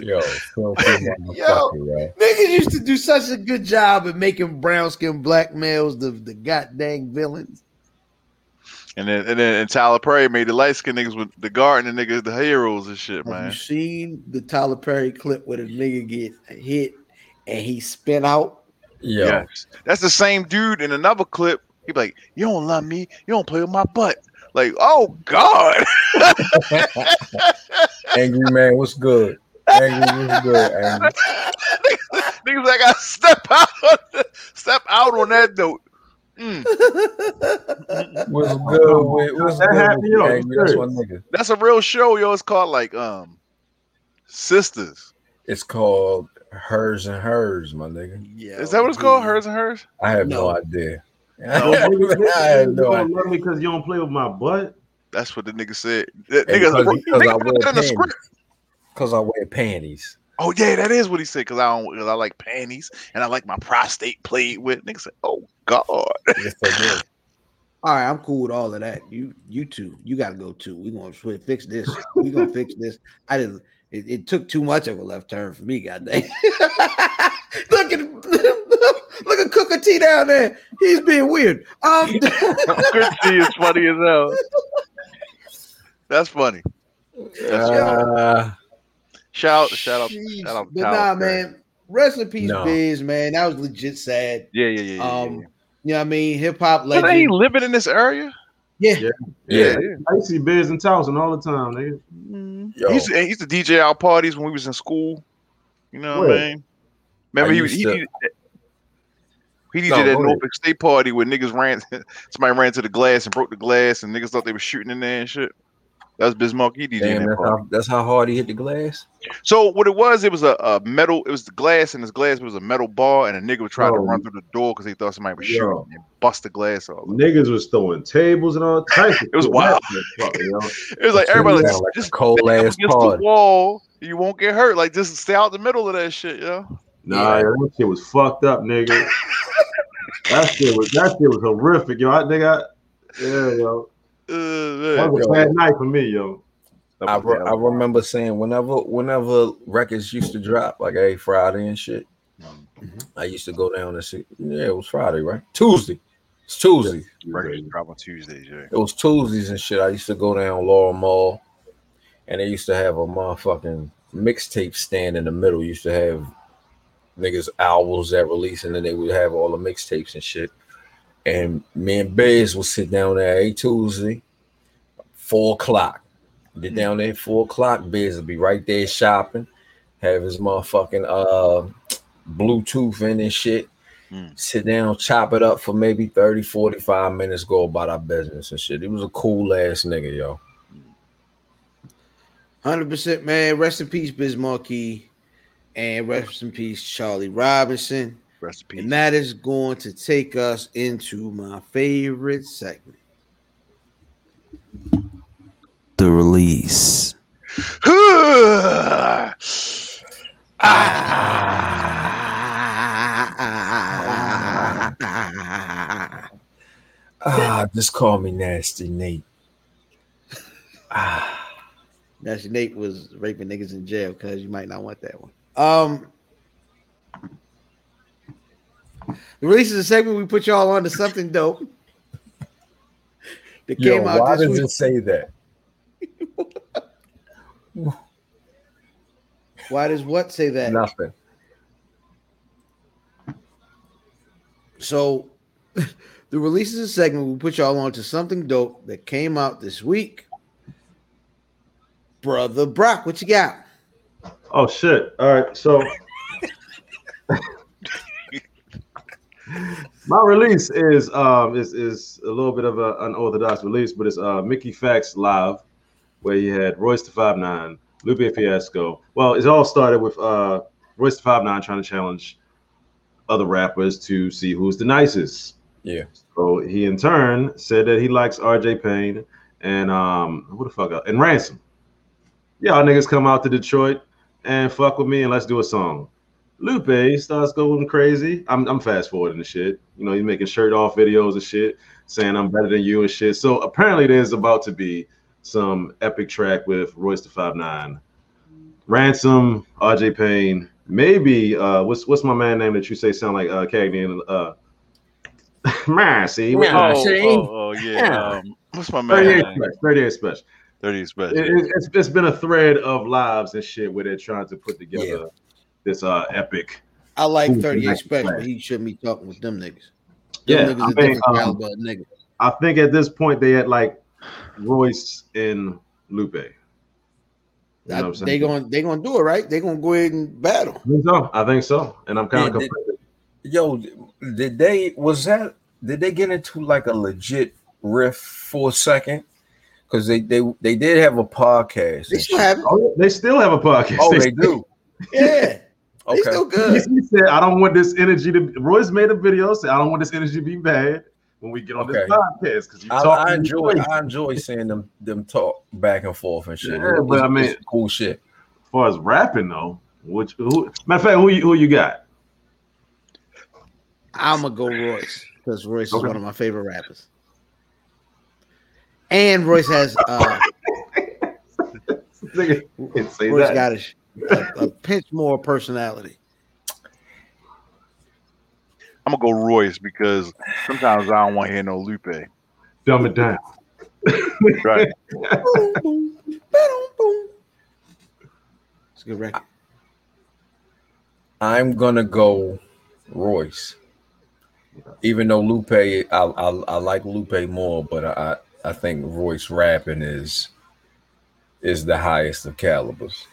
Yo, filthy motherfucker, yo. Niggas used to do such a good job at making brown skinned black males the, the goddamn villains. And then and then and Tyler Perry made the light skinned niggas with the garden and niggas the heroes and shit, Have you man. seen the Tyler Perry clip where the nigga get hit and he spin out? Yo, Yes. That's the same dude in another clip. He be like, You don't love me, you don't play with my butt. Like, oh God. angry man, what's good? Angry, what's good? Angry? Niggas like I step out on step out on that note. Mm, What's good? With, what's That good? happened, With, yo. angry? That's my nigga. that's a real show, yo. It's called like um Sisters. It's called hers and hers, my nigga. Yeah. Is that what it's called? Hers and hers? I have no, No. idea. Oh, I niggas, have you no don't idea. love me because you don't play with my butt. That's what the nigga said. That And nigga, because- because I nigga wear put that in the panties. script. Cause I wear panties. Oh yeah, that is what he said. Cause I don't, cause I like panties and I like my prostate played with. Nigga said, "Oh God, Yes, I All right, I'm cool with all of that. You, you two, you got to go too. We're gonna fi- fix this. We're gonna fix this. I didn't. It, it took too much of a left turn for me. Goddamn! look at look at Cooker T down there. He's being weird. Um, Good T is funny as hell." That's funny. did. Uh, Shout, shout out, Jeez. shout out. But Tyler nah, Perry. man. Rest in peace, No. Biz, man. That was legit sad. Yeah, yeah, yeah. yeah, Um, yeah. you know what I mean? Hip hop But they ain't legend. living in this area. Yeah. Yeah. yeah, I used to see Biz and Towson all the time, nigga. yo, He used, to, he used to DJ our parties when we was in school. You know what I Where? mean? Remember I he was he, used to- did that- he No, DJed that go ahead. Norfolk State party where niggas ran somebody ran to the glass and broke the glass and niggas thought they were shooting in there and shit. That was Bismarck. He DJed damn, that that's party. how, that's how hard he hit the glass. So what it was, it was a, a metal. It was the glass, and this glass was a metal bar, and a nigga was trying to Yo. run through the door because he thought somebody was Yo. shooting and bust the glass off. Niggas was throwing tables and all types. Of It was shit. wild. Fuck, yo. It was like everybody Sound like, like a just cold stand up ass against the party. wall. You won't get hurt. Like just stay out the middle of that shit, yo. Nah, yo, that shit was fucked up, nigga. that shit was that shit was horrific, yo. I nigga, I, yeah, yo. Uh, That man. was a bad night for me, yo. I, re- I remember saying whenever whenever records used to drop like every Friday and shit, I used to go down and see. Yeah, it was Friday, right? Tuesday. It's Tuesday. Records drop on Tuesdays, yeah. It was Tuesdays and shit. I used to go down Laurel Mall, and they used to have a motherfucking mixtape stand in the middle. Used to have niggas albums that release, and then they would have all the mixtapes and shit. And me and Bez would sit down there every Tuesday, four o'clock. Get down there at four o'clock. Biz would be right there shopping, have his motherfucking uh Bluetooth in and shit. Mm. Sit down, chop it up for maybe 30, 45 minutes, go about our business and shit. He was a cool ass nigga, yo. Hundred percent, man. Rest in peace, Biz Markie, and rest in peace, Charlie Robinson. Rest in peace. And that is going to take us into my favorite segment. The release. Oh, Ah, just call me nasty Nate. Ah, That's Nate was raping niggas in jail because you might not want that one. Um, the release is a segment we put y'all on to something dope that yo, came out why this does week. it say that? Why does what say that? Nothing. So, the releases a segment we put y'all on to something dope that came out this week. Brother Brock, what you got? Oh shit! All right, so my release is um is is a little bit of an unorthodox release, but it's uh Mickey Facts live, where you had Royce the Five Nine, Lupe Fiasco. Well, it all started with uh Royce the Five Nine trying to challenge other rappers to see who's the nicest. Yeah. So he in turn said that he likes RJ Payne and um who the fuck else? and Ransom. Y'all niggas come out to Detroit and fuck with me and let's do a song. Lupe starts going crazy. I'm I'm fast forwarding the shit. You know, he's making shirt off videos and shit, saying I'm better than you and shit. So apparently there's about to be some epic track with Royce the Five Nine, Ransom, RJ Payne, maybe uh, what's what's my man name that you say sound like uh, Cagney and uh, Marcy? Yeah. Oh, Oh, see? oh, oh, yeah. Yeah. Um, what's my man? 38 name? special, 38 special. 30 special. It, it, it's, it's been a thread of lives and shit where they're trying to put together this uh epic. I like Ooh, 38 nice special. play. He shouldn't be talking with them niggas. Yeah, them niggas I is mean, different um, caliber of niggas. I think at this point they had like Royce and Lupe. You know what I'm they saying? going they gonna do it right. They gonna go ahead and battle. I think so. I think so. And I'm kind Yeah, of they- Yo, did they was that did they get into like a legit riff for a second? Because they they they did have a podcast. They and still shit. have it. Oh, they still have a podcast. Oh, they do. Yeah, Okay. they still good. He said, "I don't want this energy to." Royce made a video say, "I don't want this energy to be bad when we get on Okay. this podcast because you I, talk." I enjoy I enjoy seeing them them talk back and forth and shit. Yeah, but I mean- It's cool shit. As far as rapping though, which who, matter of fact, who you, who you got? I'm gonna go Royce because Royce is Okay. one of my favorite rappers. And Royce has uh, Nigga, can't say Royce that. got a, sh- a, a pinch more personality. I'm gonna go Royce because sometimes I don't want to hear no Lupe. Dumb it down. Right. Boom, boom, ba-dum, boom. It's a good record. I'm gonna go Royce. Even though Lupe, I I, I like Lupe more, but I I think Royce rapping is is the highest of calibers.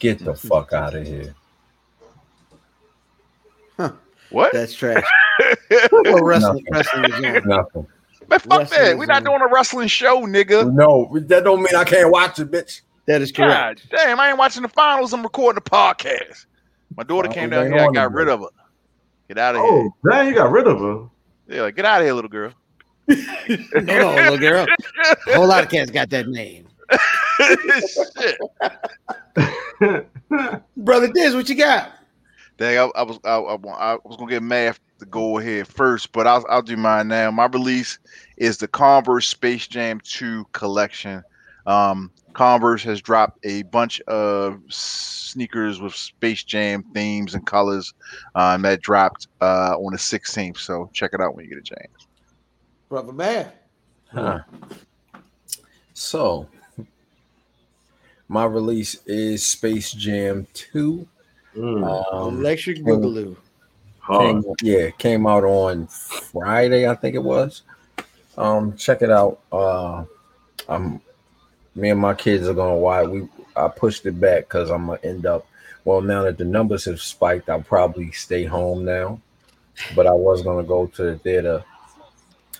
Get the fuck out of here. What? That's trash. Well, wrestling, Nothing. wrestling is on. Nothing. Man, fuck Wrestling that. is We're not on. doing a wrestling show, nigga. No, that don't mean I can't watch it, bitch. That is correct. God damn, I ain't watching the finals. I'm recording a podcast. My daughter Oh, came they down here. I on got it, rid bro. of her. Get out of Oh, damn, you got rid of her. here. Yeah, like, get out of here, little girl. No, no, little girl. A whole lot of cats got that name. Shit. Brother Diz, what you got? Dang, I, I was I, I, wa- I was gonna get math to go ahead first, but I'll, I'll do mine now. My release is the Converse Space Jam 2 collection. Um, Converse has dropped a bunch of sneakers with Space Jam themes and colors um, that dropped uh, on the 16th. So check it out when you get a chance. Brother Man. Huh. So, my release is Space Jam 2. Mm, Um, Electric Boogaloo. hard. came- yeah, came out on Friday, I think it was. Um, check it out. Uh, I'm me and my kids are gonna watch. We I pushed it back because I'm gonna end up. Well, now that the numbers have spiked, I'll probably stay home now. But I was gonna go to the theater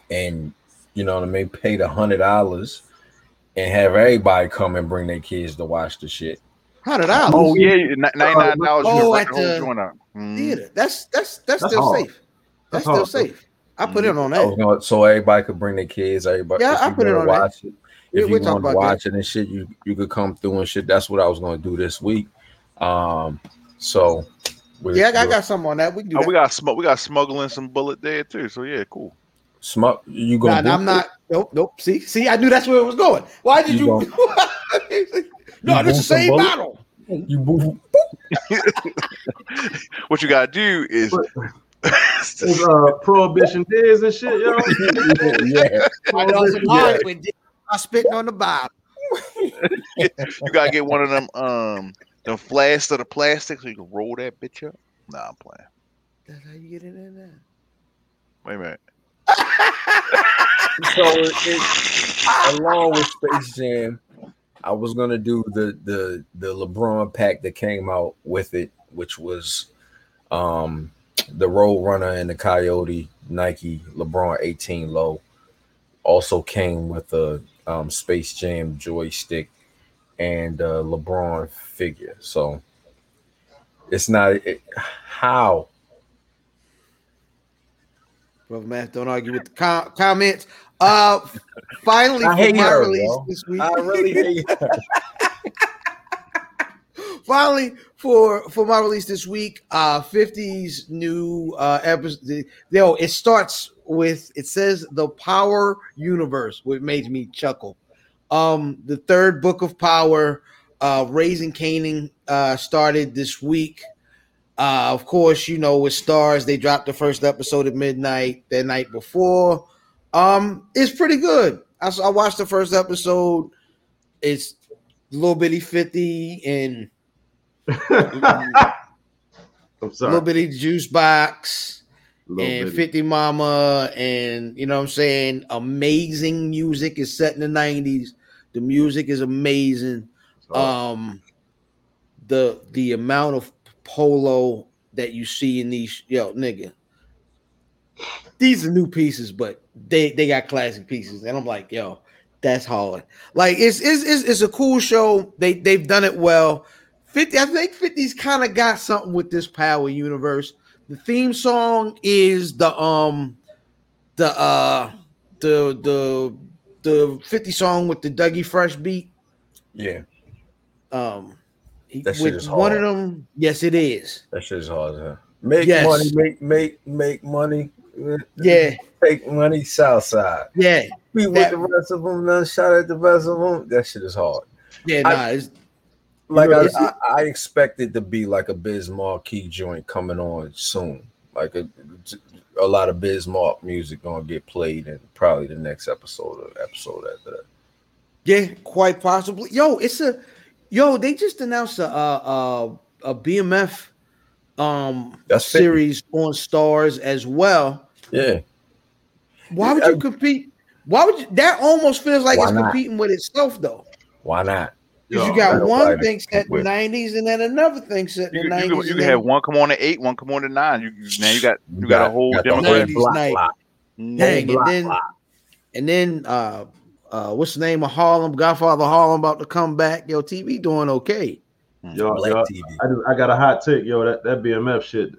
and you know what I mean, pay the hundred dollars and have everybody come and bring their kids to watch the shit. Hundred dollars. Oh yeah, you- ni- ninety-nine dollars. Oh, Oh, at the mm-hmm. theater. That's that's that's, That's still hard. safe. That's, That's still hard. safe. I put in on I was that. gonna- so everybody could bring their kids. Everybody, Yeah, if I you put it wanna on that. watch it. We- If we you talked want to about watch it and shit, you you could come through and shit. That's what I was gonna do this week. Um, so we're- Yeah, I got, I we're- got something on that. We can do Oh, we that. got smug. We got smuggling some bullet there too. So yeah, cool. Smut, you Nah, gonna? nah, do I'm it? not. Nope, nope. See, see, I knew that's where it was going. Why did You you? no, You this want is some the same bullet? bottle. You boo. What you gotta do is It's, uh, prohibition days and shit, yo. yeah, I know some hard with Diz. I spitting on the bottle. you gotta get one of them um them flasks of the plastic so you can roll that bitch up. Nah, I'm playing. That's how you get it in there. Wait a minute. so it, it- along with Space Jam, I was gonna do the the the LeBron pack that came out with it, which was um the Roadrunner and the Coyote Nike LeBron 18 low. Also came with a um, Space Jam joystick and a LeBron figure. So it's not it, how Brother Matt, don't argue with the com- comments. Uh, finally, I for hate my her, release yo. this week. I really hate finally for for my release this week uh 50's new uh episode yo it starts with it says the power universe which made me chuckle Um, the third book of power, uh, Raising Canaan, uh, started this week. Uh, of course, you know, with stars, they dropped the first episode at midnight the night before. Um, it's pretty good. I, s- I watched the first episode. It's little bitty 50 and I'm little sorry. bitty juice box. Little and bitty. 50 Mama, and you know what I'm saying? Amazing music is set in the 90s. The music is amazing. Um the the amount of polo that you see in these yo nigga. These are new pieces, but they they got classic pieces, and I'm like, yo, that's hard. Like it's it's it's, it's a cool show. They they've done it well. 50, I think 50's kind of got something with this power universe. The theme song is the um the uh the the the 50 song with the Dougie Fresh beat. Yeah, Um he- That shit with is one of hard. them, yes, it is. that shit is hard. Huh? Make Yes. money, make make make money. Yeah, take money. Southside. yeah, Be with That- the rest of them. Then shout at the rest of them. That shit is hard. yeah, I- nah, it's, Like know, I, it's- I, I expected to be like a Biz Markie joint coming on soon. Like a, a lot of Biz Mark music gonna get played in probably the next episode or episode after that. yeah, quite possibly. Yo, it's a yo, they just announced a uh a, a BMF um That's 50. series on stars as well. Yeah, Why would you Uh, compete? Why would you, that almost feels like Why it's not? competing with itself though? why not? Because you Yo, got that's one why thing set in the with- nineties and then another thing set You, in the you, could- nineties. you could have one come on at eight, one come on at nine. You, you- now you got you got a whole got the whole demographic. demographic. block Night. locked. Dang, Block and then locked. and then uh uh what's the name of Harlem? Godfather Harlem about to come back. Yo, TV doing okay. yo, Oh, Black yo, TV. I, do, I got a hot take, yo. That, that BMF shit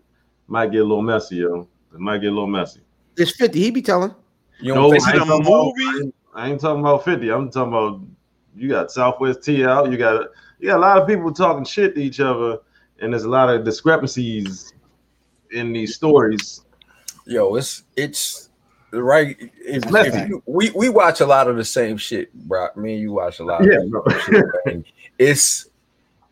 might get a little messy, yo. It might get a little messy. It's 50. He be telling. You No, don't think Is it I a don't know. movie? I ain't talking about 50. I'm talking about you got Southwest T out. You got you got a lot of people talking shit to each other, and there's a lot of discrepancies in these stories. Yo, it's it's right. If, if nothing. you, we we watch a lot of the same shit, bro. Me and you watch a lot. Of bro. the same shit, man. it's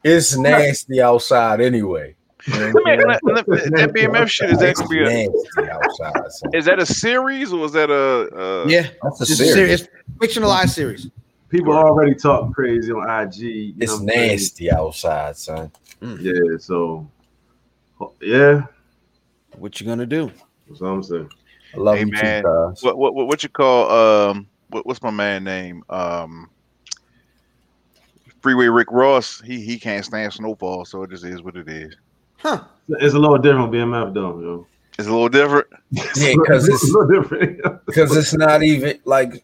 it's nasty outside anyway. You know Let what I'm me- saying? let- let- That BMF shit is that It's gonna be a, nasty outside. son. is that a series or is that a, uh yeah, That's a it's serious. serious fictionalized series. People already talking crazy on IG. you know It's what I'm saying? nasty outside, son. Yeah, so yeah, What you gonna do? that's what I'm saying. I love Hey, you man. too, guys. what what what, what you call um what, what's my man name um Freeway Rick Ross he he can't stand snowfall so it just is what it is. Huh? It's a little different with BMF though, yo. It's a little different. Yeah, because it's it's a little different. because it's not even like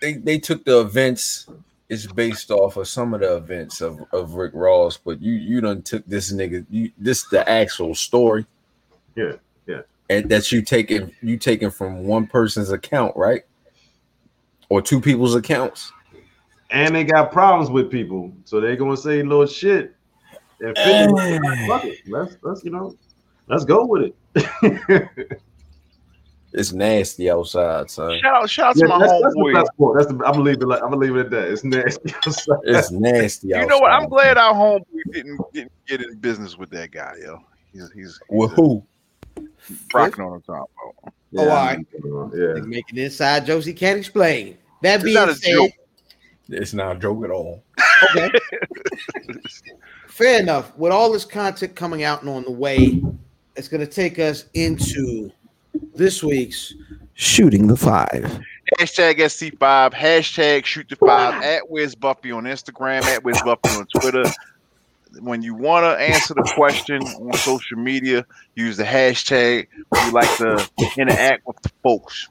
they they took the events it's based off of some of the events of, of Rick Ross, but you you done took this nigga you this the actual story. Yeah, yeah. And that you taking you taking from one person's account, right? Or two people's accounts. and they got problems with people, so they gonna say little shit. And finish. Fuck it. Let's let's you know, let's go with it. It's nasty outside, son. Shout out shout out Yeah, to my that's, that's the homeboy. best part. That's the, I'm gonna leave it. Like, I'm gonna leave it at that. It's nasty. It's nasty outside. You know what? I'm glad our homeboy didn't, didn't get in business with that guy, yo. He's he's, with he's who? rocking on the top. Bro. Oh, all right. Yeah. They making inside jokes he can't explain. That It's being not a said, joke. It's not a joke at all. okay. Fair enough. With all this content coming out and on the way, it's going to take us into this week's shooting the five. Hashtag SC5, hashtag shoot the five at Wiz Buffy on Instagram, at Wiz Buffy on Twitter. When you want to answer the question on social media, use the hashtag. We like to interact with the folks.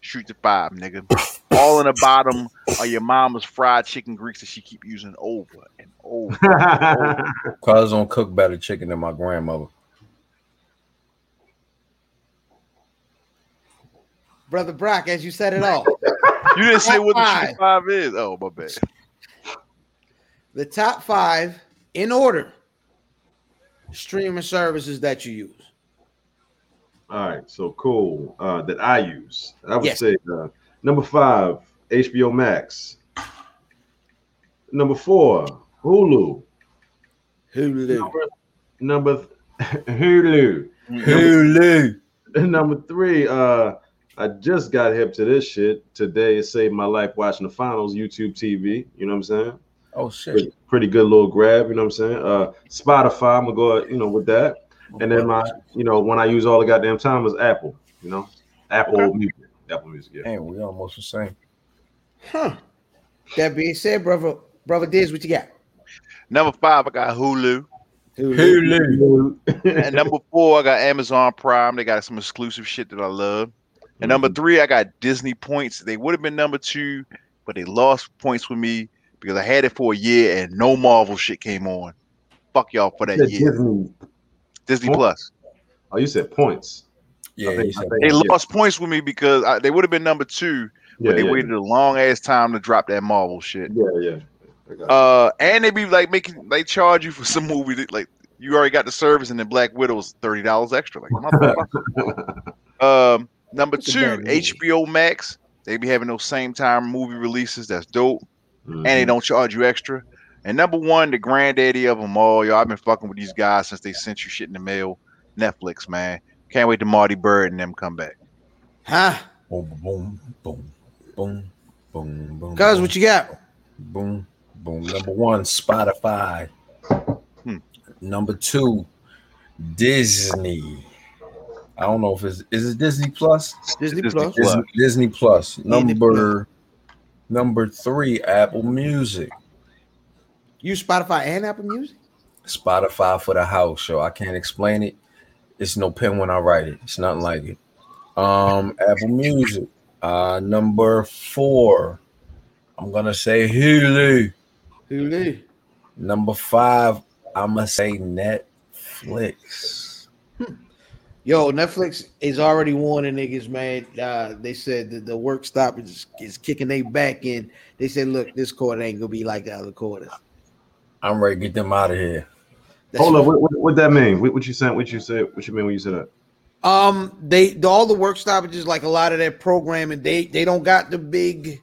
Shoot the five, nigga. All in the bottom are your mama's fried chicken greeks that she keep using over and over. Cause I don't cook better chicken than my grandmother. Brother Brock, as you said it all, You didn't say what the shoot the five is. Oh, my bad. the top five in order streaming services that you use. All right. So cool. Uh, that I use. I would Yes. say uh, number five, HBO Max. Number four, Hulu. Hulu. Number th- Hulu. Mm-hmm. Hulu. Number three, uh, I just got hip to this shit today. It saved my life watching the finals, YouTube TV. You know what I'm saying? Oh shit. Pretty, pretty good little grab. You know what I'm saying? Uh, Spotify. I'm gonna go, you know, with that. And then my, you know, when I use all the goddamn time is Apple. You know, Apple Music. Apple Music. Yeah. Damn, we almost the same. Huh. That being said, brother, brother Diz, what you got? Number five, I got Hulu. Hulu. And number four, I got Amazon Prime. They got some exclusive shit that I love. And number three, I got Disney points. They would have been number two, but they lost points with me because I had it for a year and no Marvel shit came on. Fuck y'all for that year. Disney. Disney Plus. Oh, you said points. Yeah, I think- he said I think- They lost points with me because I, they would have been number two, Yeah, but they yeah, waited a long ass time to drop that Marvel shit. yeah, yeah. I got it. Uh, and they be like making they charge you for some movie that like you already got the service, and then Black Widow's thirty dollars extra. Like motherfucker. um, number That's a two, bad movie. HBO Max. They be having those same time movie releases. That's dope, Mhm. and they don't charge you extra. And number one, the granddaddy of them all, yo. I've been fucking with these guys since they sent you shit in the mail. Netflix, man. Can't wait to Marty Bird and them come back. Huh? Boom, boom, boom, boom, boom, boom. Cuz, boom, what you got? boom, boom. Number one, Spotify. Hmm. Number two, Disney. I don't know if it's is it Disney Plus. Disney, Disney Plus. Plus. Disney, Disney Plus. Plus. Number number three, Apple Music. You Spotify and Apple Music? Spotify for the house show. I can't explain it. It's no pen when I write it. It's nothing like it. Um, Apple Music. Uh, number four. I'm gonna say Hulu. Hulu. Number five. I'm gonna say Netflix. Yo, Netflix is already warning niggas, man. Uh, they said that the work stop is, is kicking they back in. They said, look, this quarter ain't gonna be like the other quarters. I'm ready to get them out of here. That's Hold what- up. What, what, what that mean? What, what you said? What you said? What you mean when you said that? Um, they the, all the work stoppages, like a lot of that programming, they they don't got the big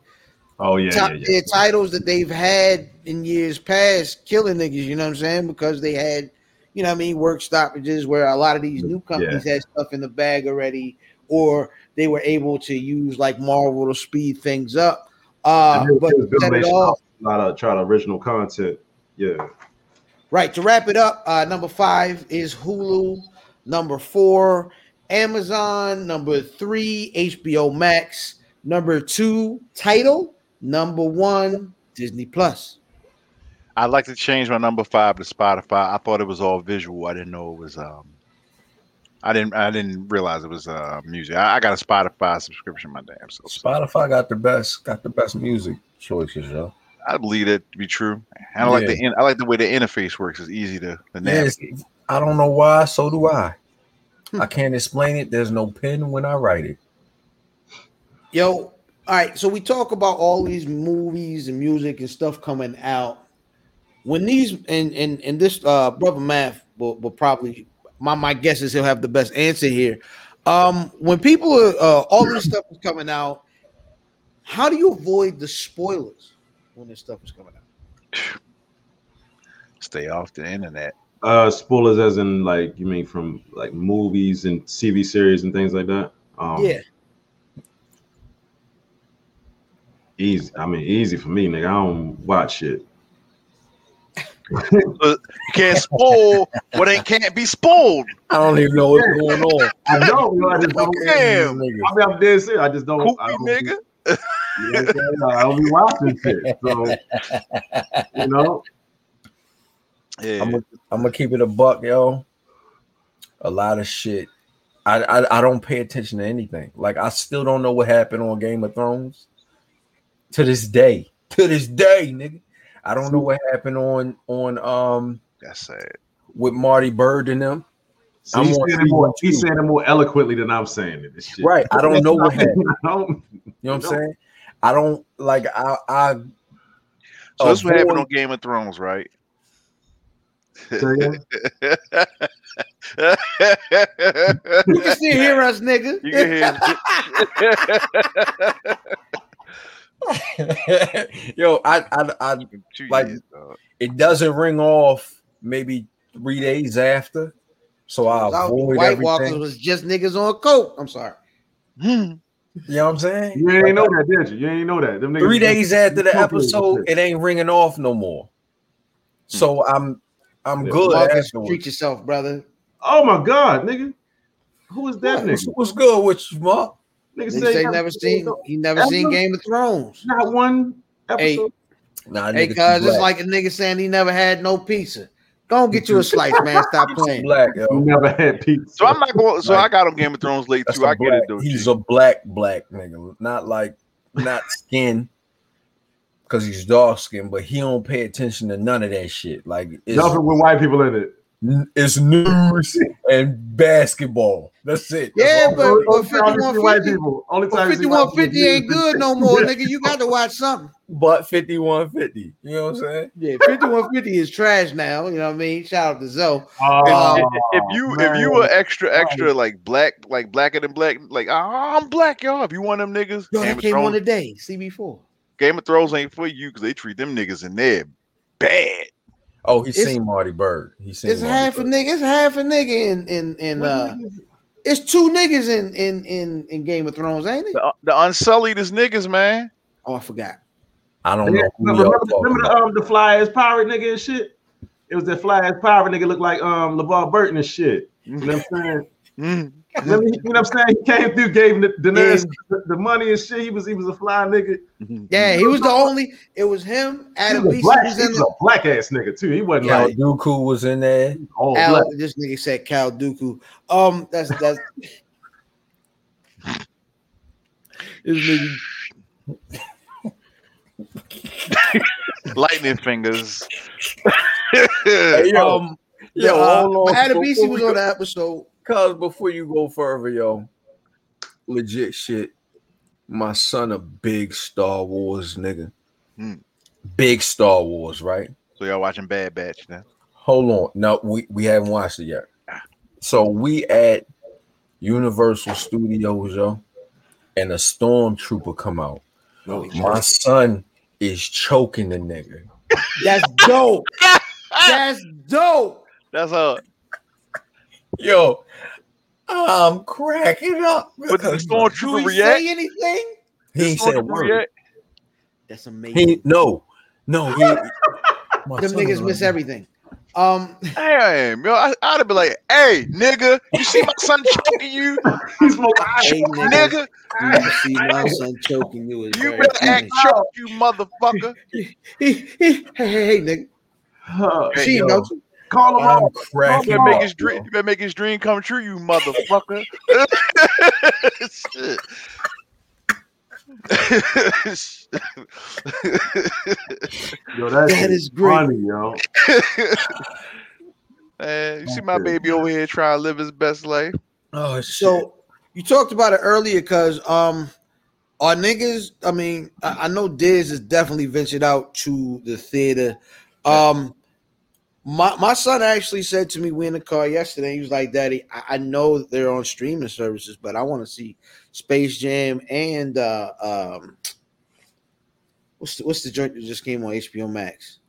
Oh yeah, top yeah, yeah. tier titles that they've had in years past, killing niggas. You know what I'm saying? Because they had, you know, what I mean, work stoppages where a lot of these new companies had stuff in the bag already, or they were able to use like Marvel to speed things up. Uh, And they- but they was set building it their off. shop, a lot of try to original content. Yeah. Right. To wrap it up, uh, number five is Hulu. Number four, Amazon. Number three, HBO Max. Number two, Title. Number one, Disney Plus. I'd like to change my number five to Spotify. I thought it was all visual. I didn't know it was. Um, I didn't. I didn't realize it was uh, music. I, I got a Spotify subscription. My damn self. So Spotify got the best, got the best music choices, yo. I believe that to be true. And I like the. in- I like the way the interface works. It's easy to, to Yes, navigate. I don't know why, so do I. I can't explain it. There's no pen when I write it. Yo, all right. So we talk about all these movies and music and stuff coming out. When these and and and this uh brother math will, will probably my my guess is he'll have the best answer here. Um, when people are uh, all this stuff is coming out, how do you avoid the spoilers when this stuff is coming out? Stay off the internet. Uh, spoilers, as in like you mean from like movies and TV series and things like that. Um, yeah, Easy. I mean, easy for me, nigga. I don't watch shit. You can't spoil what ain't can't be spoiled. I don't even know what's going on. I don't. I just don't. Damn. I mean, I'm dead serious. I just don't. Poopy I don't nigga. You know what I'm saying? I don't be watching shit. So you know, Yeah. I'm gonna I'm gonna keep it a buck, yo. A lot of shit. I, I I don't pay attention to anything. Like I still don't know what happened on Game of Thrones. To this day, to this day, nigga, I don't know what happened on on um That's sad. with Marty Bird and them. so I'm he's, on saying it more, season he's two. saying it more eloquently than I'm saying it. This shit. Right. I don't know what happened. I don't- You know what I'm No. saying? I don't like I I So this is what happened on avoid- Game of Thrones, right? say it. you you can still hear us, nigga. can hear. Yo, I, I, I, Two Like- years, dog. it doesn't ring off maybe three days after, so I Out- avoid White Walkers everything. was just niggas on coke. I'm sorry. Hmm. You know what I'm saying? You ain't Like, know that, did you? You ain't know that. Them niggas three days after the Yeah. episode, it ain't ringing off no more. So I'm, I'm Yeah. good. Marcus, afterwards. treat yourself, brother. Oh my god, nigga. Who is that What's, nigga? what's good with you, Mark? Nigga Nigga say never seen he never seen Ever? Game of Thrones. not one Hey, episode. Nah, Hey, niggas cuz too it's black. like a nigga saying he never had no pizza. Go and get you a slice, man. Stop He's playing. black. yo. You never had pizza. So I'm not going. So I Like- got him Game of Thrones late That's too. a I get black- it though. He's G. a black black nigga, not like not skin, because he's dark skinned but he don't pay attention to none of that shit. Like it's, nothing with white people in it. it's news and basketball. That's it. That's Yeah, all but- it is. Only- but only time 51, you see white 50 people. Only time Well, you see white 5150 people- ain't good no more, nigga. You got to watch something. but fifty one fifty. You know what I'm saying? Yeah, 5150 is trash now. You know what I mean? Shout out to Zoe. Oh, If- If you if you were extra extra like black like blacker than black like "Ah, I'm black y'all. If you want them niggas, Yo, Game that of, came on Thrones, today. CB4. Game of Thrones ain't for you because they treat them niggas in there bad. Oh, he It's- seen Marty Bird. He seen It's Marty half a Bird. nigga. It's half a nigga in in in uh. It's two niggas in in in in Game of Thrones, ain't it? The, the unsullied is niggas, man. Oh, I forgot. I don't Yeah, know. Who remember, y'all remember- talking remember the about. um the fly ass pirate nigga and shit. It was that fly ass pirate nigga looked like um LeVar Burton and shit. You know what I'm saying? Mm. Remember, he- you know what I'm saying? He came through, gave the Yeah. Daenerys the, the money and shit. He was he was a fly nigga. Yeah, he was the only. It was him. He Adam was a Beast black, was he in was a the. black ass nigga too. He wasn't Cal like Dooku was in there. all Al, black. this nigga said Cal Dooku. Um, that's that's. this nigga, Lightning fingers. yo, um, yo, uh, hold on. but Adam Beast Before was we on go- the episode. Cause before you go further, yo, legit shit. My son a big Star Wars nigga. Hmm. Big Star Wars, right? so y'all watching Bad Batch now? Hold on. No, we, we haven't watched it yet. So we at Universal Studios, yo, and a stormtrooper come out. My son is choking the nigga. That's dope. that's dope. That's a Yo, I'm cracking up. but the because Do stormtrooper we react. say anything? he ain't said a Stormtrooper word. react. That's amazing. He no, no. He, my Them son was niggas like, miss everything. Um, Damn, yo, I, I'd have been like, "Hey, nigga, you see my son choking you, He smoked hey, nigga, nigga? do you see my son choking you? Is You very better act funny. choke, you motherfucker." He- he- hey, hey, hey, nigga. uh, Hey, she yo. knows you. call him I'm out. You cracking better make up. his dream. yo. You better make his dream come true, you motherfucker. Shit. Yo, that, That shit is great. Funny, yo. Man, you see my baby over here trying to live his best life. Oh shit. So you talked about it earlier because um our niggas, I mean, I, I know Diz has definitely ventured out to the theater. Um my my son actually said to me, we in the car yesterday. He was like, Daddy, I, I know they're on streaming services, but I want to see Space Jam and uh um what's the what's the joint that just came on HBO Max?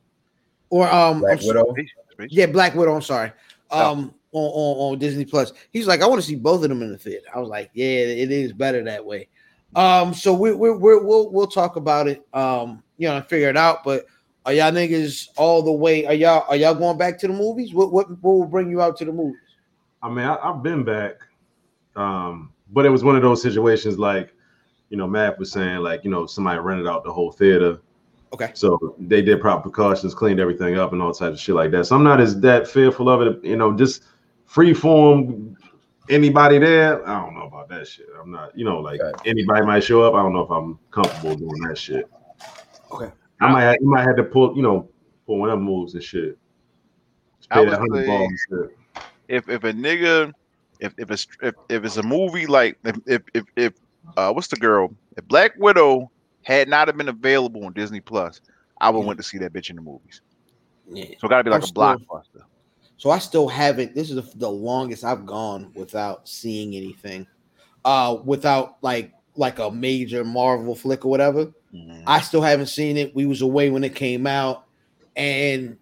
Or um Black I'm so- Widow. yeah, Black Widow. I'm sorry. Oh. Um, on, on on Disney Plus. He's like, I want to see both of them in the theater. I was like, yeah, it is better that way. Um, so we we we we'll we'll talk about it. Um, you know, and figure it out. But are y'all niggas all the way? Are y'all are y'all going back to the movies? What what what will bring you out to the movies? I mean, I, I've been back, um, but it was one of those situations like, you know, Matt was saying like, you know, somebody rented out the whole theater. Okay. So they did proper precautions, cleaned everything up, and all types of shit like that. So I'm not as that fearful of it. You know, just free form. Anybody there? I don't know about that shit. I'm not. You know, like Right. anybody might show up. I don't know if I'm comfortable doing that shit. Okay. I might. I might have to pull. You know, pull one of them moves and shit. Just I pay that would hundred say- balls and shit. If if a nigga, if if it's if, if it's a movie like if if if, if uh, what's the girl? If Black Widow had not have been available on Disney Plus, I would went to see that bitch in the movies. Yeah. So it got to be like Mm. I'm a still- blockbuster. So I still haven't. This is the, the longest I've gone without seeing anything, uh, without like like a major Marvel flick or whatever. Mhm. I still haven't seen it. We was away when it came out, and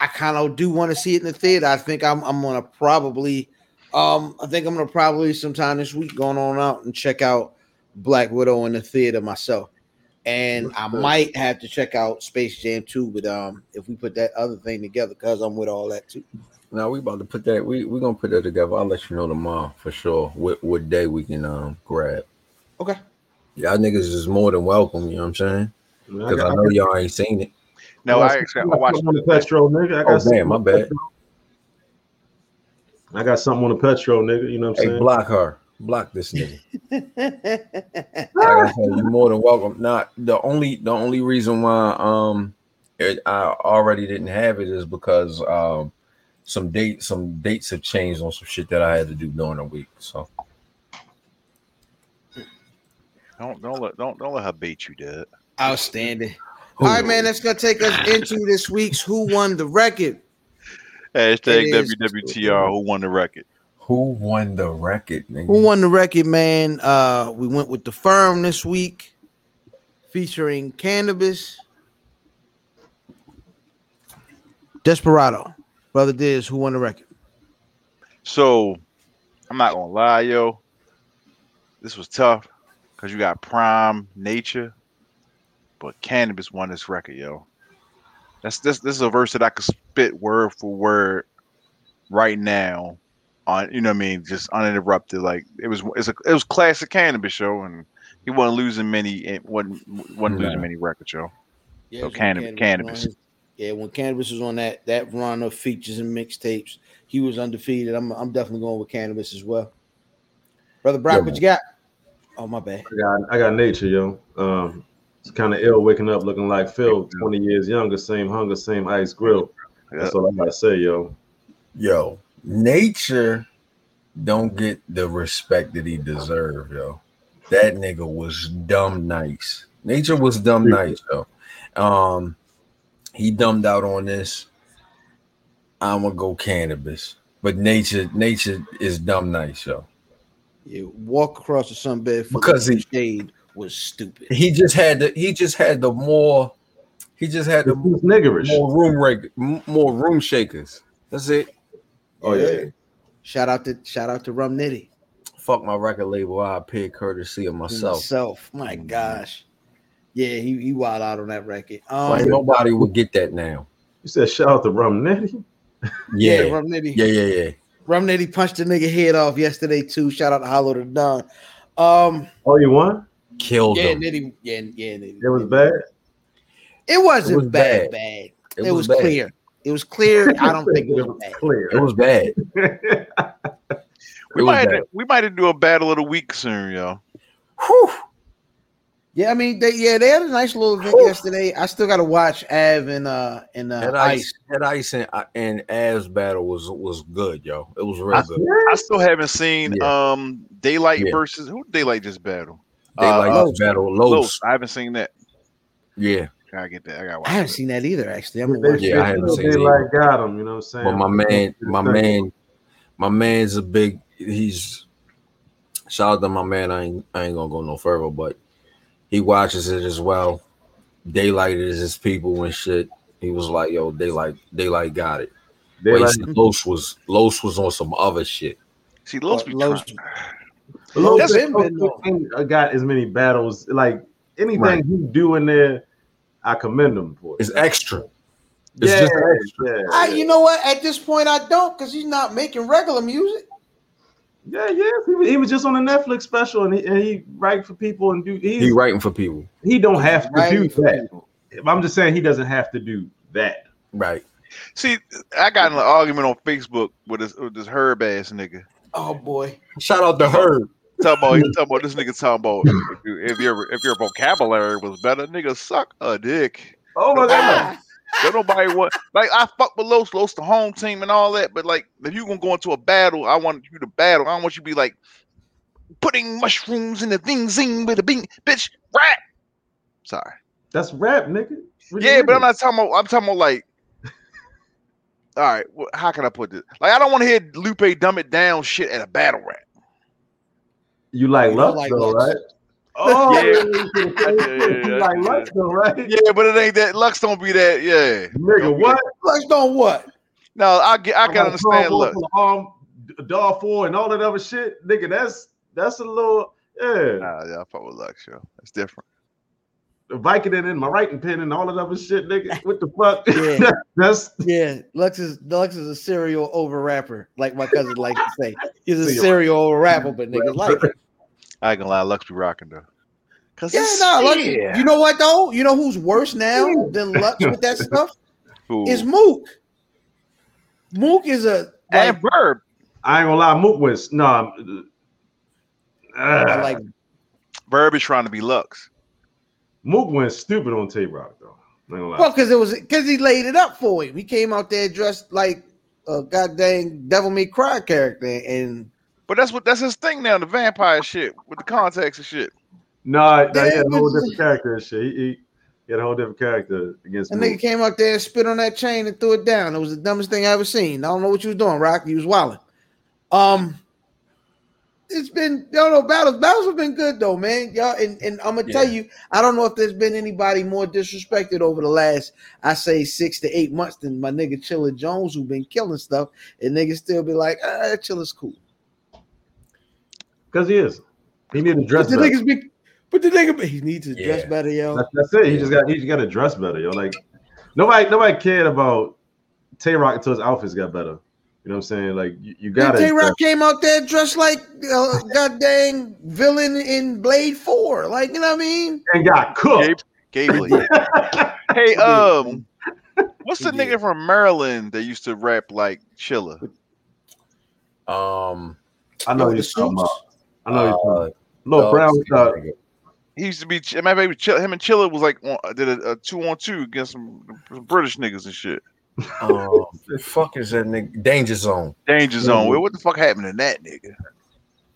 I kind of do want to see it in the theater. I think I'm I'm gonna probably, um, I think I'm gonna probably sometime this week going on out and check out Black Widow in the theater myself. And I might have to check out Space Jam 2, but um, if we put that other thing together, cause I'm with all that too. Now we about to put that. We we gonna put that together. I'll let you know tomorrow for sure. What what day we can um grab. Okay. Y'all niggas is more than welcome. You know what I'm saying? Man, I Because got- I know y'all ain't seen it. No, got I some- actually I got watched. something on the Petro, nigga. I got Oh something damn, my on bad. Petro. I got something on the Petro, nigga. You know what I'm Hey, saying? block her. Block this nigga. Like I said, you're more than welcome. Not the only the only reason why um it, I already didn't have it is because um some date some dates have changed on some shit that I had to do during the week. So Don't don't let don't don't let her bait you, dude. Outstanding. All right, man, that's gonna take us into this week's Who Won the Record. Hashtag It is- WWTR. Who won the record? who won the record, nigga? Who won the record, man? Uh, we went with the firm this week, featuring cannabis. Desperado, brother Diz, who won the record? So I'm not gonna lie, yo. This was tough because you got prime nature, but cannabis won this record, yo. That's this this is a verse that I could spit word for word right now on you know what I mean, just uninterrupted. Like it was it's a it was classic cannabis show and he wasn't losing many it wasn't wasn't losing Nah. many records, yo. Yeah, So it was when cannabis- was cannabis. on his- yeah, when cannabis was on that that run of features and mixtapes, he was undefeated. I'm I'm definitely going with cannabis as well. Brother Brock, Yeah, what man. you got? Oh my bad. I got, I got nature, yo. Um, it's kind of ill waking up looking like Phil, 20 years younger, same hunger, same ice grill. That's all I gotta say, yo. yo, nature don't get the respect that he deserved, yo. That nigga was dumb nice. Nature was dumb nice, yo. Um, he dumbed out on this. I'm gonna go cannabis, but nature, nature is dumb nice, yo. Yeah, walk across the sunbed for Because the he- shade was stupid. He just had the, he just had the more, he just had the more He's niggerish. room reg, m- more room shakers. That's it. Oh, yeah. Shout out to shout out to Rum Nitty Fuck my record label. I pay courtesy of myself. himself. My Mhm. gosh, yeah, he he wild out on that record. Um, Like nobody would get that now. You said shout out to Rum Nitty. yeah, Yeah, yeah, Rum Nitty. yeah, yeah. Rum Nitty punched the nigga head off yesterday too. Shout out to Hollow to Don. Um, Oh, you won? Killed yeah, him. Nitty, yeah, yeah, Nitty. It was bad. It wasn't It was bad, bad. bad. It, was, clear. It was clear. I don't think it was bad. clear. It was bad. We It was might bad. we might do a battle of the week soon, yo. Whew. Yeah, I mean, they, yeah, they had a nice little event Whew. yesterday. I still got to watch Av and uh and uh, That Ice. ice, that ice and uh, and Avs battle was was good, yo. It was real I- good. I still haven't seen um Daylight Yeah. versus who did Daylight just battle? They uh, like uh, this battle Los. Los. I haven't seen that. Yeah, Gotta get that. I gotta I watch. haven't that. seen that either. Actually, I'm They, gonna watch Yeah, I it. haven't they, seen it like got him, you know what I'm saying? but my man, my man, my man's a big. He's shout out to my man. I ain't I ain't gonna go no further, but he watches it as well. Daylight is his people and shit. He was like, yo, daylight, daylight got it. They But he like, said Los was Los was on some other shit. See, Los be Los- trying. Lil That's Baby him, been Lil Baby got as many battles. Like anything he do in there, I commend him for. it. It's extra. It's just extra. yeah, I, you know what? At this point, I don't because he's not making regular music. yeah, yeah. He was, he was just on a Netflix special, and he, and he write for people, and do he's, He writing for people. he don't have to Right. do that. I'm just saying he doesn't have to do that. Right. See, I got in an argument on Facebook with this, with this herb ass nigga. Oh boy, Shout out to her. Talking about, he's talking about this nigga talking about if, you, if your if your vocabulary was better, nigga, suck a dick. Oh my god! Ah, Don't nobody want like I fuck with Los, Los the home team and all that. But like, if you gonna go into a battle, I want you to battle. I don't want you to be like putting mushrooms in the thing zing with a bing, bitch. Rap. Sorry. That's rap, nigga. What Yeah, you but I'm mean? not talking about. I'm talking about like. All right, wh- how can I put this? Like, I don't want to hear Lupe dumb it down shit at a battle rap. You like You Lux, like though, Lux. right? Oh, Yeah. yeah, yeah, like yeah. Lux though, right? Yeah, but it ain't that. Lux don't be that. Yeah. Nigga, what? Lux don't what? No, I get. I Like, can understand Dog Lux. Four, Um, Dog four and all that other shit, nigga. That's that's a little yeah. Nah, yeah, I fuck with Lux, yo. That's different. Viking in my writing pen and all that other shit, nigga. What the fuck? Yeah. that's Yeah, Lux is Lux is a serial over rapper, like my cousin likes to say. He's a Serial. serial over rapper, but niggas like it. I ain't gonna lie, Lux be rocking though. Cause Yeah, it's- no, Lux. yeah. You know what though? You know who's worse now than Lux with that stuff Who- is Mook. Mook is a like, and Verb. I ain't gonna lie, Mook was no. I'm- I Ugh. like Verb is trying to be Lux. Mook went stupid on Tay Rock though. I ain't gonna lie. well because it was because he laid it up for him. He came out there dressed like a goddamn Devil May Cry character, and But that's what that's his thing now, the vampire shit with the contacts and shit. Nah, nah, he had a Damn. whole different character and shit. He, he, he had a whole different character against that Mook. nigga came out there and spit on that chain and threw it down. It was the dumbest thing I ever seen. I don't know what you was doing, Rock. You was wilding. Um, it's been y'all know battles. Battles have been good though, man. Y'all and, and I'm gonna tell Yeah. you, I don't know if there's been anybody more disrespected over the last I say six to eight months than my nigga Chilla Jones, who been killing stuff, and niggas still be like, ah, Chilla's cool. Because he is. He need to But dress the better. niggas be, but the nigga be- he needs to dress Yeah. better, yo. That's, that's it. He just got he just got to dress better, yo. Like nobody nobody cared about Tay Rock until his outfits got better. You know what I'm saying? Like you, you got Tay Rock to. came out there dressed like uh, goddamn villain in Blade Four, like you know what I mean? And got Gabe, cooked. Gabley. hey, um, what's the He did. nigga from Maryland that used to rap like Chilla? Um, I know With what you're the talking about. suits. I know what you're talking about. uh, Lil Dog Brown, City uh, nigga. He used to be Ch- my baby. Chilla, him and Chilla was like on, did a, a two on two against some, some British niggas and shit. uh, um, the fuck is that nigga? Danger Zone. Danger Zone. What the fuck happened in that nigga?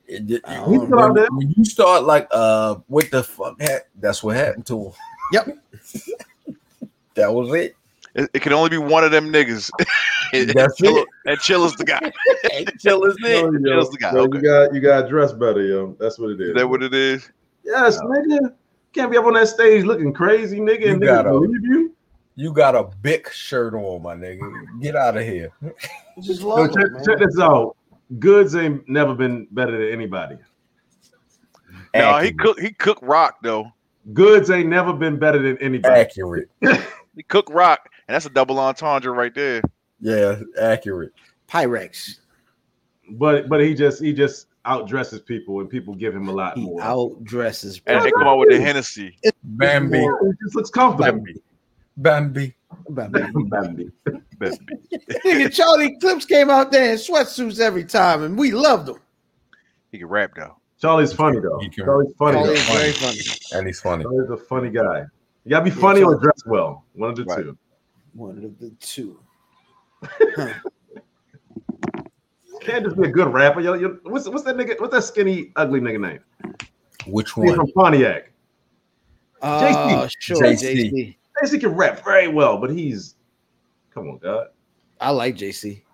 It- it- I when, don't know. when- when you start like, uh, what the fuck? hap- That's what happened to him. Yep. that was it. It, it can only be one of them niggas. and, That's Chilla, it. and Chilla's the guy. Hey, chill is yo, it. yo, Just the guy, yo, okay. You got you got to dress better, yo. That's what it is. Is that what it is? yes, nigga. Can't be up on that stage looking crazy, nigga, You and niggas gotta- believe you. You got a big shirt on, my nigga. Get out of here. Just Yo, love check, it, man. check this out. Goods ain't never been better than anybody. No, he Accurate. cook. He cooked rock though. Goods ain't never been better than anybody. accurate. He cooked rock, and that's a double entendre right there. Yeah, accurate. Pyrex. But but he just he just outdresses people and people give him a lot He more. outdresses. And bro. they come out with the Hennessy. Bambi. He just looks comfortable. Bambi. Bambi. About me. Bambi. Nigga, Charlie Clips came out there in sweatsuits every time, and we loved him. He can rap though. Charlie's funny though. He can- Charlie's funny. Charlie though. is very funny. And he's funny. Charlie's a funny guy. You gotta be funny or Charlie- dress well. One of the Right. two. One of the two. Can't just be a good rapper. Yo, yo, what's what's that nigga? What's that skinny ugly nigga name? Which He's one? from Pontiac. Oh, sure, JC. JC. Basically, can rap very well, but he's come on, God. I like JC. He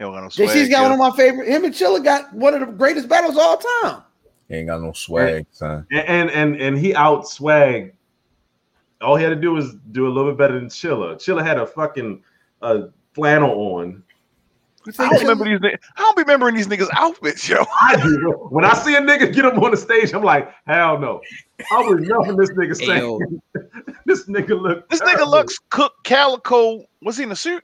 don't got no swag. JC's got yo. one of my favorite. Him and Chilla got one of the greatest battles of all time. He ain't got no swag, son. And and and, and he out swag. All he had to do was do a little bit better than Chilla. Chilla had a fucking uh, flannel on. You I think don't Chilla- remember these. ni- I don't be remembering these niggas' outfits, yo. I do. When I see a nigga get up on the stage, I'm like, hell no. I was nothing this nigga Ayo. saying. this nigga look. This nigga terrible. looks cook calico. Was he in a suit?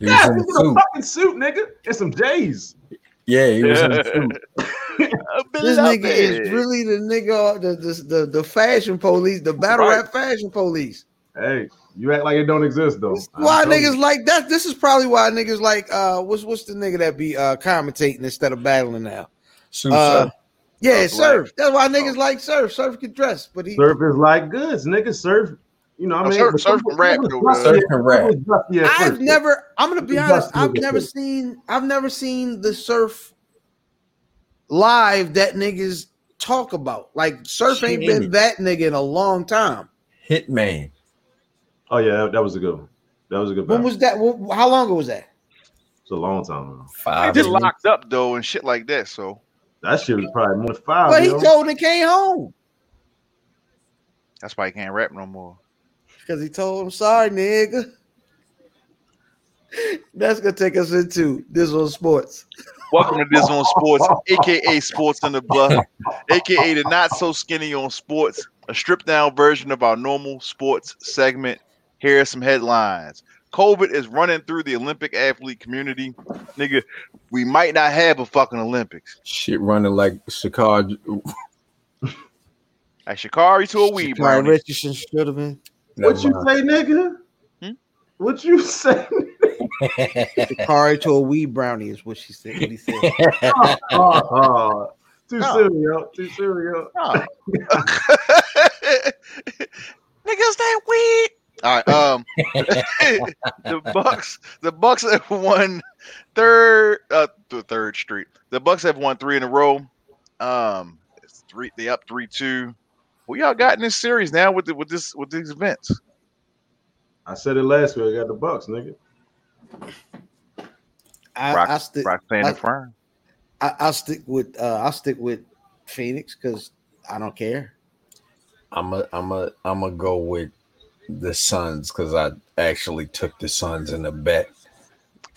He was Yeah, in he the was in a suit. fucking suit, nigga, and some J's. Yeah, he was in the suit. I This love nigga is it. really the nigga, the the, the, the fashion police, the battle Right. rap fashion police. Hey, you act like it don't exist though. This is Why I'm telling niggas you. like that? This is probably why niggas like uh, what's what's the nigga that be uh commentating instead of battling now? Suit, Uh, sir. yeah, Oh, surf. That's why niggas Oh. like surf. Surf can dress, but he surf is like goods, nigga. Surf, you know, I No, mean, surf- but surf some- and rap, some though, was bro. rough, Surf and rap. some was rough, Uh, yeah, I've surf. never. I'm gonna be He's honest. not I've serious, never dude. seen. I've never seen the surf live that niggas talk about. Like surf ain't been Shit. that nigga in a long time. Hitman. Oh yeah, that, that was a good one. That was a good. When Battle. was that? Wh- How long ago was that? It's a long time ago. They Five. just minutes. locked up though and shit like that. So That shit was probably more than five. But he yo. told and came home. That's why he can't rap no more. Because he told him, sorry, nigga. That's gonna take us into this on sports. Welcome to This on Sports, aka Sports in the Buff, aka the Not So Skinny on Sports, a stripped down version of our normal sports segment. Here are some headlines. COVID is running through the Olympic athlete community. Nigga, we might not have a fucking Olympics. Shit running like Chicago. Like Shikari to a weed, Kyle brownie. Richardson should have been. What you say, nigga? Hmm? What you say? Shikari to a weed brownie is what she said. What he said. Oh, oh, too Oh. soon, yo. Too soon, yo. Oh. Niggas that weed. All right. Um, the Bucks. The Bucks have won third. Uh, the third street. The Bucks have won three in a row. Um, it's three. They up three two. What y'all got in this series now with the, with this with these events? I said it last week. I got the Bucks, nigga. I, Rock- I, sti- Roxanne I- and Fern. I, I stick with uh, I stick with Phoenix because I don't care. I'm a, I'm a, I'm gonna go with the Suns because I actually took the Suns in a bet.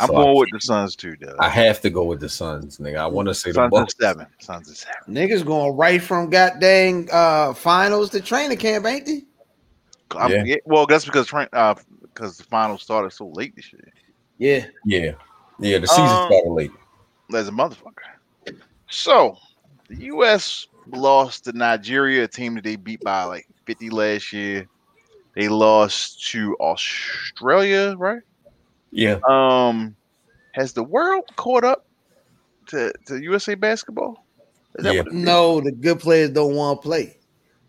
I'm So going I, with the Suns too, though. I have to go with the Suns, nigga. I want to say the Suns and Bucks. seven. Suns and seven. Niggas going right from goddamn uh, finals to training camp, ain't they? I'm- Yeah. yeah, well, that's because Trent, uh, because the finals started so late this year. Yeah. Yeah, yeah. The season Um, started late. as a motherfucker. So the U.S. lost to Nigeria, a team that they beat by like 50 last year. They lost to Australia, right? Yeah, Um, has the world caught up to, to USA basketball? Is that Yeah. what it is? No, the good players don't want to play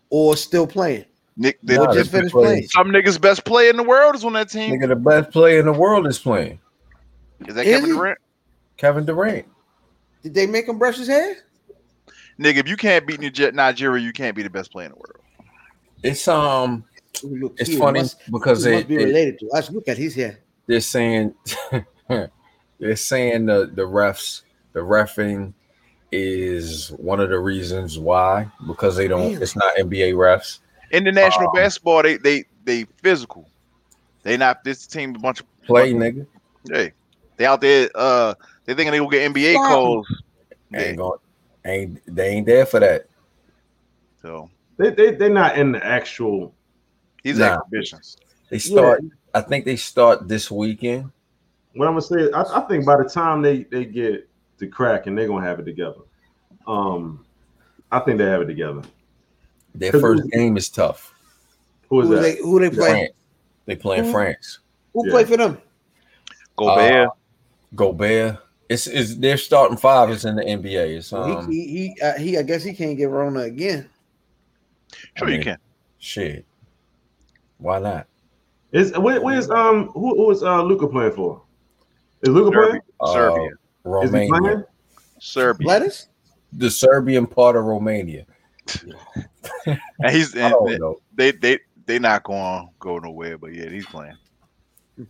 or still playing. Nick, they, Or Nah, just the good finished players. playing. some niggas' best player in the world is on that team. nigga, the best player in the world is playing Is that Is Kevin he? Durant? Kevin Durant. Did they make him brush his hair? Nigga, if you can't beat Nige- Nigeria, you can't be the best player in the world. It's um, Ooh, look, it's he funny Must, he because must it, be it- related to us. Look at his hair. they're saying they're saying the the refs the refing is one of the reasons why because they don't Really? it's not NBA refs. International Um, basketball, they they they physical. They not this team a bunch of Play nigga Hey, they out there. Uh, they thinking they gonna get NBA Stop. calls. Yeah, ain't going ain't they ain't there for that. so They they they not in the actual. these Nah. exhibitions. They start I think they start this weekend. What I'm gonna say, is, I, I think by the time they they get to crack and they're gonna have it together. Um, I think they have it together. Their first game is tough. Who is Who that? they who they play? France. They playing Mm-hmm. Who? France. Who Yeah. play for them? Uh, Gobert, Gobert. It's is their starting five is in the NBA. It's Well, um he he he, uh, he. I guess he can't get Rona again. sure I you mean, can. shit. Why not? Is where, where's um who who is uh Luca playing for? Is Luca Derby. playing? Uh, Serbia, Is he Romania. playing? Serbia, Lettuce. the Serbian part of Romania. and he's I and don't know. they they they not going to go nowhere. But yeah, he's playing.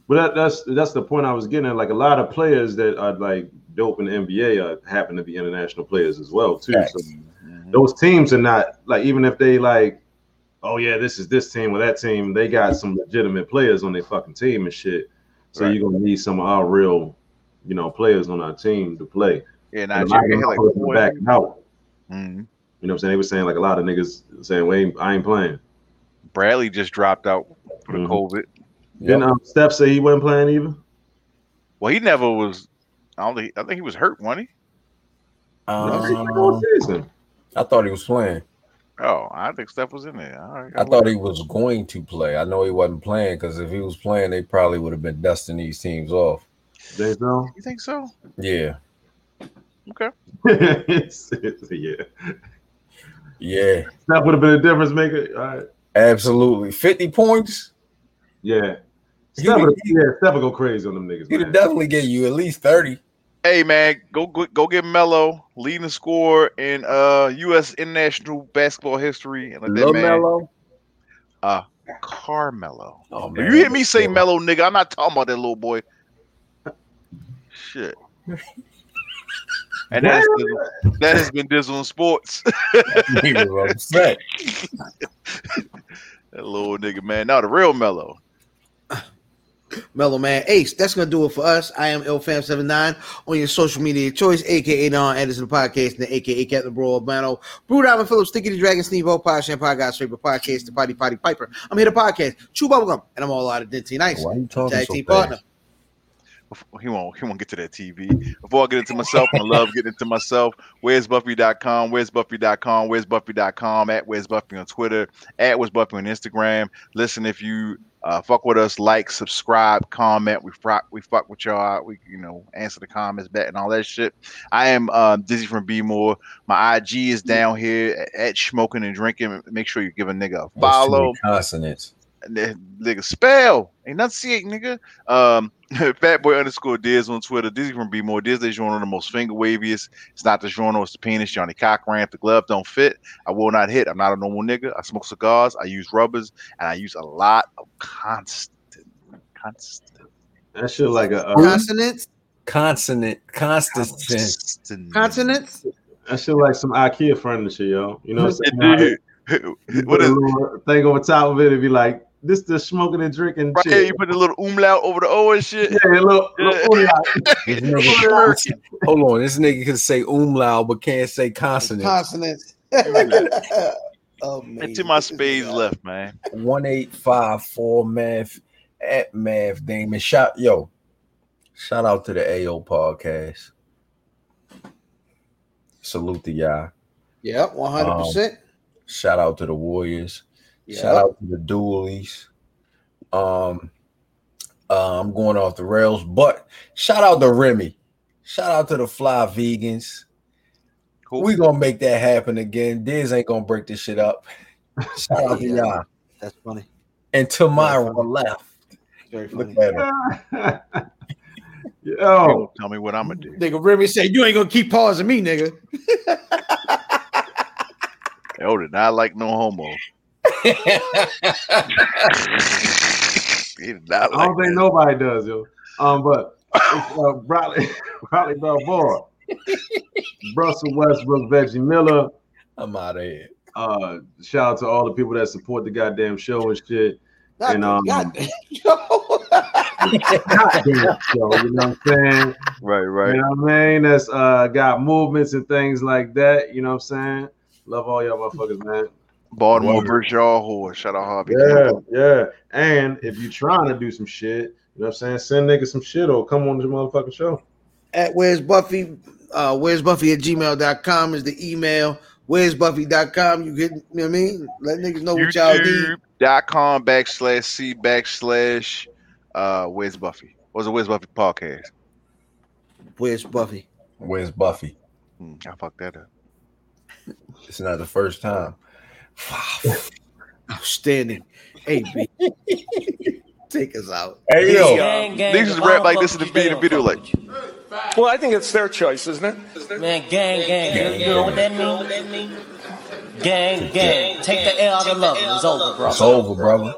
But that, that's that's the point I was getting at. Like a lot of players that are like dope in the NBA are happen to be international players as well too. So Facts. Mhm. those teams are not like even if they like, oh yeah, this is this team or that team, they got some legitimate players on their fucking team and shit. So Right. you're gonna need some of our real, you know, players on our team to play. Yeah, And a lot of Nigeria them had like are four. backing out. Mhm. You know what I'm saying? They were saying like a lot of niggas saying, "Wait, I ain't playing." Bradley just dropped out for the Mm-hmm. Mhm. COVID. Didn't um, Steph say he wasn't playing either? Well, he never was. I don't think. I think he was hurt, wasn't No, he played Um, all season. I thought he was playing. he? Oh, I think Steph was in there. All right, I thought he was going to play. I know he wasn't playing because if he was playing, they probably would have been dusting these teams off. Think so? You think so? Yeah, Okay. yeah. Steph yeah, would have been a difference maker. All right. absolutely. Fifty points. Yeah. He Steph would- would yeah, Steph would go crazy on them niggas. He'd have Man. definitely get you at least thirty. Hey man, go go, go get Mello leading the score in uh U.S. international basketball history, and let that man Lamelo. Carmelo. Oh If you hear me say Mello, nigga, I'm not talking about that little boy. Shit. And that, is, that has been Dizzle in Sports. He was upset. That little nigga, man. Now the real mellow. Mellow Man Ace. That's gonna do it for us. I am LFam79 on your social media choice, aka Don Anderson Podcast, and aka Captain Bro Albano, Brew Diamond Phillips, Sticky the Dragon, Steve O, Pod Champagne, God's favorite podcast, the Potty Potty Piper. I'm here to podcast, Chew Bubblegum, and I'm all out of Denty Nice. Why you talking Tag so team fast? partner. Before- He won't. He won't get to that TV. Before I get into myself, I love getting into myself. Where's Buffy.com? Where's Buffy.com? Where's Buffy.com? At Where's Buffy on Twitter. At Where's Buffy on Instagram. Listen, if you uh, fuck with us, like, subscribe, comment. We fuck. We fuck with y'all. We you know answer the comments back and all that shit. I am uh, Dizzy from B More. My IG is down here at, at Smoking and Drinking. Make sure you give a nigga a Those too many follow. consonants. N- nigga spell enunciate nigga um fatboy underscore diz on twitter dizzy from b more diz they journal the most finger waviest it's not the journal it's the penis johnny cochran if the glove don't fit i will not hit i'm not a normal nigga i smoke cigars i use rubbers and i use a lot of constant constant That shit like a uh, Consonants, Consonant, constant. constant consonants. that shit like some IKEA furniture, yo. You know what I'm saying? Dude, You what put a is little thing over top of it and be like, this the smoking and drinking right here shit. you put a little umlaut over the o and shit Yeah, look, Yeah. look, This nigga- Hold on, this nigga can say umlaut but can't say consonant. Consonants. oh, man. until my spades left man One eight five four math at math Damon. Shout yo, shout out to the AO podcast. Salute to y'all. Yep, 100%. Shout out to the Warriors. Um, Shout Yeah. out to the Dualies. Um, uh, I'm going off the rails, but shout out to Remy. Shout out to the Fly Vegans. cool We gonna make that happen again. Diz ain't gonna break this shit up. Shout out to Yeah. y'all. That's funny. And to my left, Very look funny. at him. yo, tell me what i'm gonna do Nigga Remy said, You ain't gonna keep pausing me, nigga. yo did not like no homo He did not like I don't think that. nobody does, yo. Um, but it's, uh, Bradley, Bradley Balboa, Russell Westbrook, Veggie Miller. I'm out of here. Uh, shout out to all the people that support the goddamn show and shit. God, And, um, God, yo. Goddamn show, you know what I'm saying? Right, right. You know what I mean? That's uh got movements and things like that. You know what I'm saying? Love all y'all motherfuckers, man. Baltimore Word. versus y'all whore. Shout out Harvey. Yeah, yeah. And if you trying to do some shit, you know what I'm saying? Send niggas some shit or come on the motherfucking show. at where's Buffy, uh, where's Buffy at gmail.com is the email. Where's Buffy.com? You get, you know what I mean? Let niggas know what y'all need. YouTube.com backslash C backslash uh Wiz Buffy. Was it Wiz Buffy podcast? Where's Buffy? Where's Buffy? Hmm, I fucked that up. It's not the first time. Outstanding. AB. Take us out. Hey yo. Gang, gang, Niggas if rap I don't like fuck this in the with you, they beginning don't video, fuck like with you. Well, I think it's their choice, isn't it? Man, gang, gang. Gang, you know what gang. that mean? Gang, gang. Take the L out of love. It's over, bro. It's over, brother.